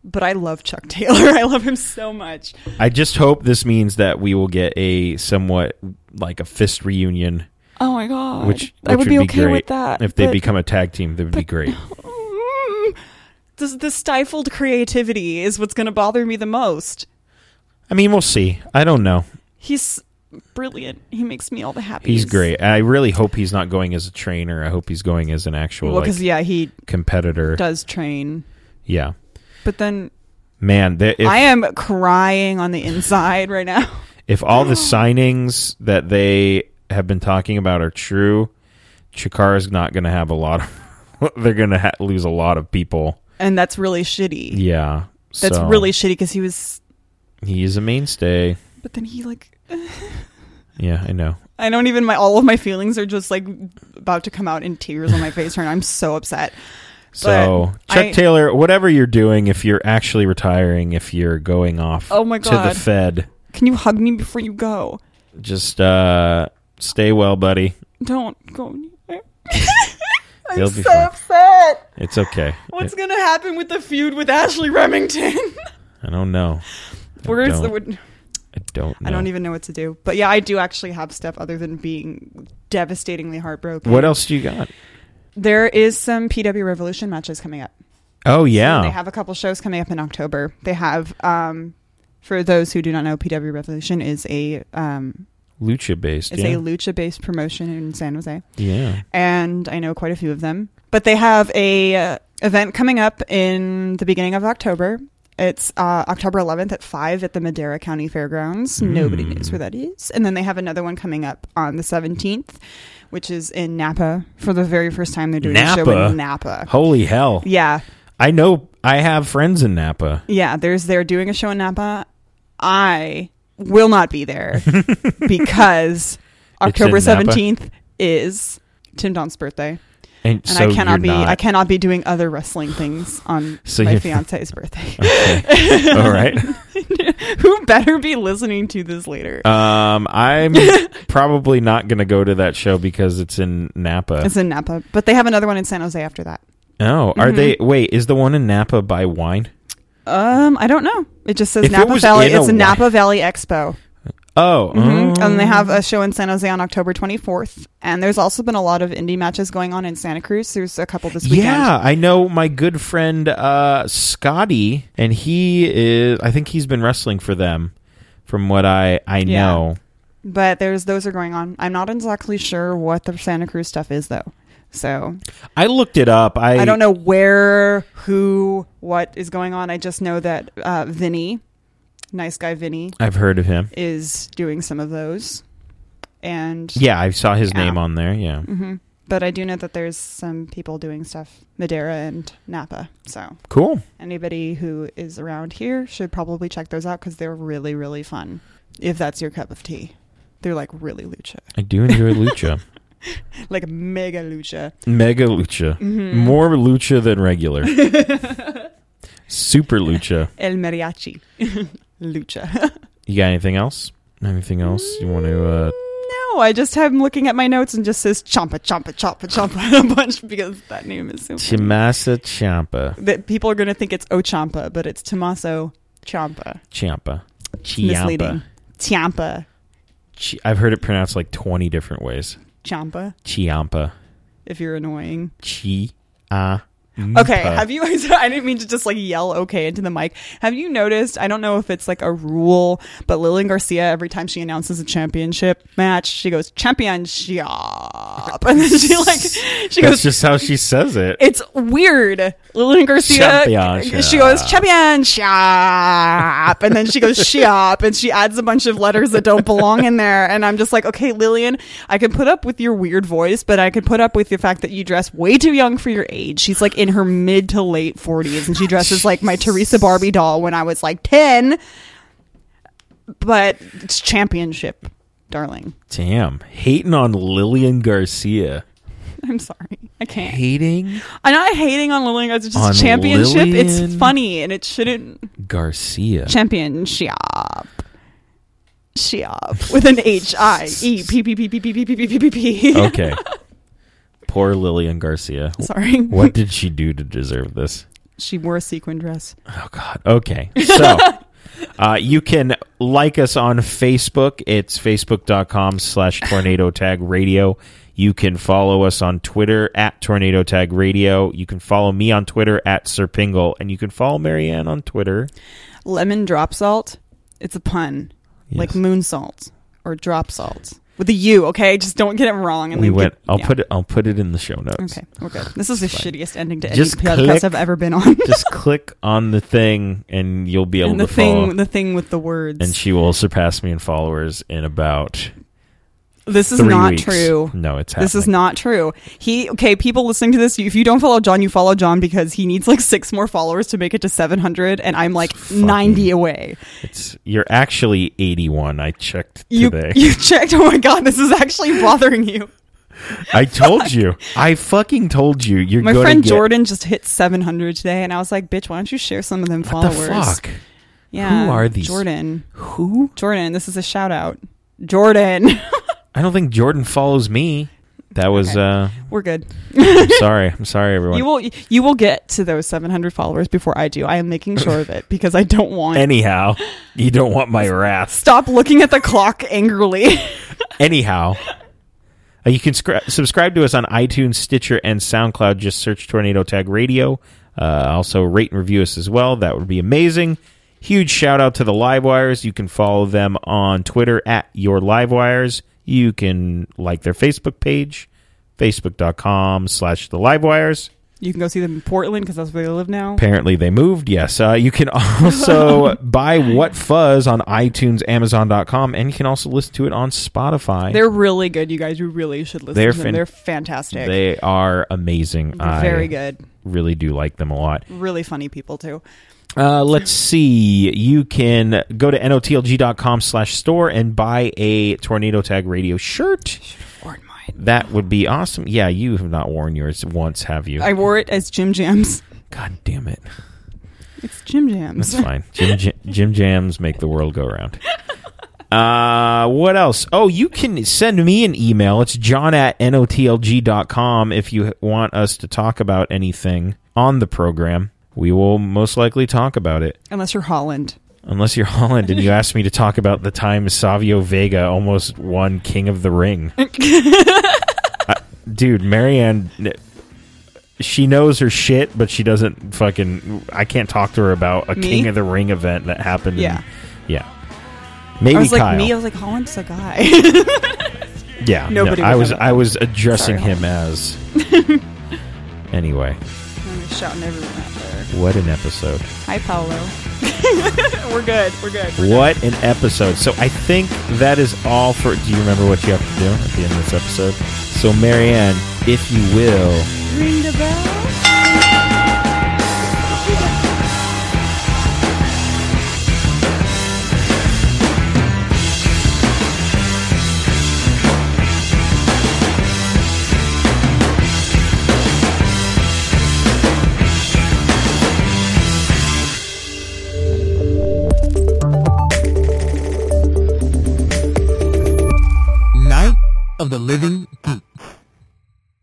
Speaker 3: but I love Chuck Taylor. I love him so much.
Speaker 2: I just hope this means that we will get a somewhat like a fist reunion,
Speaker 3: Oh my god.
Speaker 2: which,
Speaker 3: I
Speaker 2: which
Speaker 3: would be, okay
Speaker 2: great.
Speaker 3: with that.
Speaker 2: If they
Speaker 3: but-
Speaker 2: become a tag team, that would be great.
Speaker 3: Mm, this, the stifled creativity is what's going to bother me the most.
Speaker 2: I mean, we'll see. I don't know.
Speaker 3: He's brilliant. He makes me all the happy.
Speaker 2: He's great. I really hope he's not going as a trainer. I hope he's going as an actual
Speaker 3: Well, because
Speaker 2: like,
Speaker 3: yeah, he
Speaker 2: competitor.
Speaker 3: does train,
Speaker 2: Yeah.
Speaker 3: but then
Speaker 2: Man, there, if,
Speaker 3: I am crying on the inside right now.
Speaker 2: if all the signings that they have been talking about are true, Chikara's not going to have a lot of. they're going to ha- lose a lot of people.
Speaker 3: And that's really shitty.
Speaker 2: Yeah,
Speaker 3: That's
Speaker 2: so
Speaker 3: really shitty because he was,
Speaker 2: He's a mainstay.
Speaker 3: but then he like,
Speaker 2: Yeah, I know.
Speaker 3: I don't even my all of my feelings are just like about to come out in tears on my face right now. I'm so upset.
Speaker 2: So
Speaker 3: But
Speaker 2: Chuck
Speaker 3: I-
Speaker 2: Taylor, whatever you're doing, if you're actually retiring, if you're going off
Speaker 3: Oh my
Speaker 2: to
Speaker 3: God.
Speaker 2: the Fed,
Speaker 3: Can you hug me before you go?
Speaker 2: just uh, stay well, buddy.
Speaker 3: Don't go. anywhere. I'm
Speaker 2: It'll be
Speaker 3: so
Speaker 2: fine.
Speaker 3: upset.
Speaker 2: It's okay.
Speaker 3: What's gonna happen with the feud with Ashley Remington?
Speaker 2: I don't know. I
Speaker 3: Where is the?
Speaker 2: don't- I don't know.
Speaker 3: I don't even know what to do. But yeah, I do actually have stuff other than being devastatingly heartbroken.
Speaker 2: What else do you got?
Speaker 3: There is some PW Revolution matches coming up.
Speaker 2: Oh
Speaker 3: So
Speaker 2: yeah,
Speaker 3: They have a couple shows coming up in October. They have, um, for those who do not know, PW Revolution is a um,
Speaker 2: lucha based.
Speaker 3: is
Speaker 2: yeah.
Speaker 3: a lucha based promotion in San Jose,
Speaker 2: Yeah.
Speaker 3: and I know quite a few of them. But they have a uh, event coming up in the beginning of October. It's uh, October 11th at five at the Madera County Fairgrounds. Nobody
Speaker 2: Mm.
Speaker 3: knows where that is. And then they have another one coming up on the 17th, which is in Napa. For the very first time, they're doing a show
Speaker 2: Napa?
Speaker 3: in Napa.
Speaker 2: Holy hell.
Speaker 3: Yeah,
Speaker 2: I know I have friends in Napa.
Speaker 3: Yeah, there's they're doing a show in Napa. I will not be there because
Speaker 2: in
Speaker 3: October
Speaker 2: Napa?
Speaker 3: seventeenth is Tim Don's birthday.
Speaker 2: And,
Speaker 3: and
Speaker 2: so
Speaker 3: I
Speaker 2: you're
Speaker 3: cannot be
Speaker 2: not.
Speaker 3: I cannot be doing other wrestling things on
Speaker 2: So
Speaker 3: my
Speaker 2: you're-
Speaker 3: fiance's birthday.
Speaker 2: Okay. All right.
Speaker 3: Who better be listening to this later?
Speaker 2: Um, I'm probably not going to go to that show because it's in Napa.
Speaker 3: it's in Napa, but they have another one in San Jose after that.
Speaker 2: oh, are
Speaker 3: Mm-hmm.
Speaker 2: they? Wait, is the one in Napa by wine?
Speaker 3: Um, I don't know. It just says
Speaker 2: If it
Speaker 3: Napa
Speaker 2: was
Speaker 3: Valley.
Speaker 2: in a
Speaker 3: It's a
Speaker 2: wi-
Speaker 3: Napa Valley Expo,
Speaker 2: Oh,
Speaker 3: Mhm.
Speaker 2: oh.
Speaker 3: and they have a show in San Jose on October 24th. And there's also been a lot of indie matches going on in Santa Cruz. There's a couple this weekend.
Speaker 2: Yeah, I know my good friend uh, Scotty, and he is. I think he's been wrestling for them, from what I I
Speaker 3: Yeah.
Speaker 2: know.
Speaker 3: but there's those are going on. I'm not exactly sure what the Santa Cruz stuff is though. So
Speaker 2: I looked it up. I,
Speaker 3: I don't know where, who, what is going on. I just know that uh, Vinny, nice guy Vinny,
Speaker 2: I've heard of him.
Speaker 3: is doing some of those. And
Speaker 2: Yeah, I saw his
Speaker 3: Yeah.
Speaker 2: name on there. Yeah.
Speaker 3: Mhm. but I do know that there's some people doing stuff Madeira and Napa. So
Speaker 2: Cool.
Speaker 3: anybody who is around here should probably check those out because they're really really fun. If that's your cup of tea, they're like really lucha,
Speaker 2: I do enjoy lucha.
Speaker 3: like mega lucha.
Speaker 2: Mega lucha.
Speaker 3: Mm-hmm.
Speaker 2: More lucha than regular. Super lucha.
Speaker 3: El mariachi lucha.
Speaker 2: You got anything else? Anything else you want to uh
Speaker 3: No, I just have him looking at my notes and just says chompa chompa chompa chompa a bunch because that name is so funny.
Speaker 2: Chimasa Champa.
Speaker 3: that people are going to think it's Ochampa, but it's Tommaso Champa.
Speaker 2: Champa.
Speaker 3: It's misleading. Champa,
Speaker 2: Chi- I've heard it pronounced like 20 different ways.
Speaker 3: Champa.
Speaker 2: Chiampa.
Speaker 3: If you're annoying,
Speaker 2: Chi a
Speaker 3: okay. Have you? I didn't mean to just like yell okay into the mic. Have you noticed? I don't know if it's like a rule, but Lillian Garcia every time she announces a championship match, she goes championship, and then she like
Speaker 2: That's
Speaker 3: she goes
Speaker 2: just how she says it.
Speaker 3: It's weird. Lillian Garcia.
Speaker 2: Champion
Speaker 3: She goes
Speaker 2: shop.
Speaker 3: champion shop, and then she goes shop, and she adds a bunch of letters that don't belong in there. And I'm just like, okay, Lillian, I can put up with your weird voice, but I could put up with the fact that you dress way too young for your age. She's like in her mid to late 40s, and she dresses like my Teresa Barbie doll when I was like 10. But it's championship, darling.
Speaker 2: Damn. Hating on Lillian Garcia.
Speaker 3: I'm sorry, I can't.
Speaker 2: Hating
Speaker 3: I'm not hating on Lillian Guys. It's just
Speaker 2: On
Speaker 3: a championship. It's
Speaker 2: Lillian.
Speaker 3: funny and it shouldn't
Speaker 2: Garcia.
Speaker 3: championship. Shiop with an H I E P P P P P P P P P P P.
Speaker 2: Okay. Poor Lillian Garcia.
Speaker 3: Sorry.
Speaker 2: What did she do to deserve this?
Speaker 3: She wore a sequin dress.
Speaker 2: Oh God. Okay. So uh, you can like us on Facebook. It's facebook.com slash tornado tag radio. You can follow us on Twitter at tornado tag radio. You can follow me on Twitter at Serpingle. And you can follow Marianne on Twitter.
Speaker 3: Lemon drop salt. It's a pun. Like
Speaker 2: Yes.
Speaker 3: moon salt or drop salt. With a U, okay? Just don't get it wrong. And
Speaker 2: we
Speaker 3: then
Speaker 2: went
Speaker 3: get-
Speaker 2: I'll
Speaker 3: yeah.
Speaker 2: put it I'll put it in the show notes.
Speaker 3: Okay, we're good. This is the shittiest ending to any
Speaker 2: Just click
Speaker 3: podcast I've ever been on.
Speaker 2: Just click on the thing and you'll be able
Speaker 3: and the
Speaker 2: to follow.
Speaker 3: thing, the thing with the words.
Speaker 2: and she will surpass me in followers in about
Speaker 3: this is
Speaker 2: three
Speaker 3: not
Speaker 2: weeks.
Speaker 3: true.
Speaker 2: No, it's happening.
Speaker 3: This is not true. He okay, people listening to this, if you don't follow John, you follow John because he needs like six more followers to make it to 700 and I'm like
Speaker 2: Fucking
Speaker 3: 90 away.
Speaker 2: It's you're actually 81. I checked
Speaker 3: You
Speaker 2: today.
Speaker 3: you checked. Oh my god, this is actually bothering you.
Speaker 2: I told you. I fucking told you. You're
Speaker 3: My
Speaker 2: gonna
Speaker 3: friend
Speaker 2: get-
Speaker 3: Jordan just hit 700 today and I was like, "Bitch, why don't you share some of them
Speaker 2: What
Speaker 3: followers?"
Speaker 2: the fuck?
Speaker 3: Yeah.
Speaker 2: Who are these-
Speaker 3: Jordan.
Speaker 2: Who?
Speaker 3: Jordan, this is a shout out. Jordan.
Speaker 2: I don't think Jordan follows me. That was uh
Speaker 3: We're good.
Speaker 2: I'm sorry. I'm sorry everyone.
Speaker 3: You will you will get to those 700 followers before I do. I am making sure of it because I don't want
Speaker 2: Anyhow, you don't want my wrath.
Speaker 3: Stop looking at the clock angrily.
Speaker 2: Anyhow, uh, you can scri- subscribe to us on iTunes, Stitcher, and SoundCloud. Just search Tornado Tag Radio. Uh, also, rate and review us as well. That would be amazing. Huge shout out to the Livewires. You can follow them on Twitter at Your Livewires. You can like their Facebook page, facebook.com slash the Livewires.
Speaker 3: You can go see them in Portland because that's where they live now.
Speaker 2: Apparently, they moved. Yes. Uh, you can also buy What Fuzz on iTunes, Amazon.com, and you can also listen to it on Spotify.
Speaker 3: They're really good, you guys. You really should listen
Speaker 2: They're
Speaker 3: to them.
Speaker 2: fan-
Speaker 3: They're fantastic.
Speaker 2: They are amazing.
Speaker 3: They're very
Speaker 2: I
Speaker 3: good.
Speaker 2: Really do like them a lot.
Speaker 3: Really funny people too.
Speaker 2: Uh, let's see. You can go to notlg.com slash store and buy a Tornado Tag Radio shirt.
Speaker 3: Should have worn mine. mine.
Speaker 2: That would be awesome. Yeah, you have not worn yours once, have you?
Speaker 3: I wore it as Jim Jams.
Speaker 2: God damn it.
Speaker 3: It's Jim Jams.
Speaker 2: That's fine. Jim, Jam- Jim Jams make the world go round. Uh, what else? Oh, you can send me an email. It's john at notlg.com if you want us to talk about anything on the program. We will most likely talk about it.
Speaker 3: Unless you're Holland.
Speaker 2: Unless you're Holland and you ask me to talk about the time Savio Vega almost won King of the Ring. I- dude, Marianne, she knows her shit, but she doesn't fucking. I can't talk to her about a
Speaker 3: Me?
Speaker 2: King of the Ring event that happened. in-
Speaker 3: Yeah.
Speaker 2: yeah. Maybe
Speaker 3: I was like
Speaker 2: Kyle.
Speaker 3: me. I was like Holland's a guy.
Speaker 2: yeah. no,
Speaker 3: nobody would
Speaker 2: I
Speaker 3: have
Speaker 2: was.
Speaker 3: it.
Speaker 2: I was addressing
Speaker 3: Sorry,
Speaker 2: him as. anyway,
Speaker 3: I'm just shouting everyone out there.
Speaker 2: what an episode.
Speaker 3: Hi, Paolo. we're good. We're good.
Speaker 2: What an episode. So I think that is all for. Do you remember what you have to do at the end of this episode? So, Marianne, if you will,
Speaker 3: Ring the bell.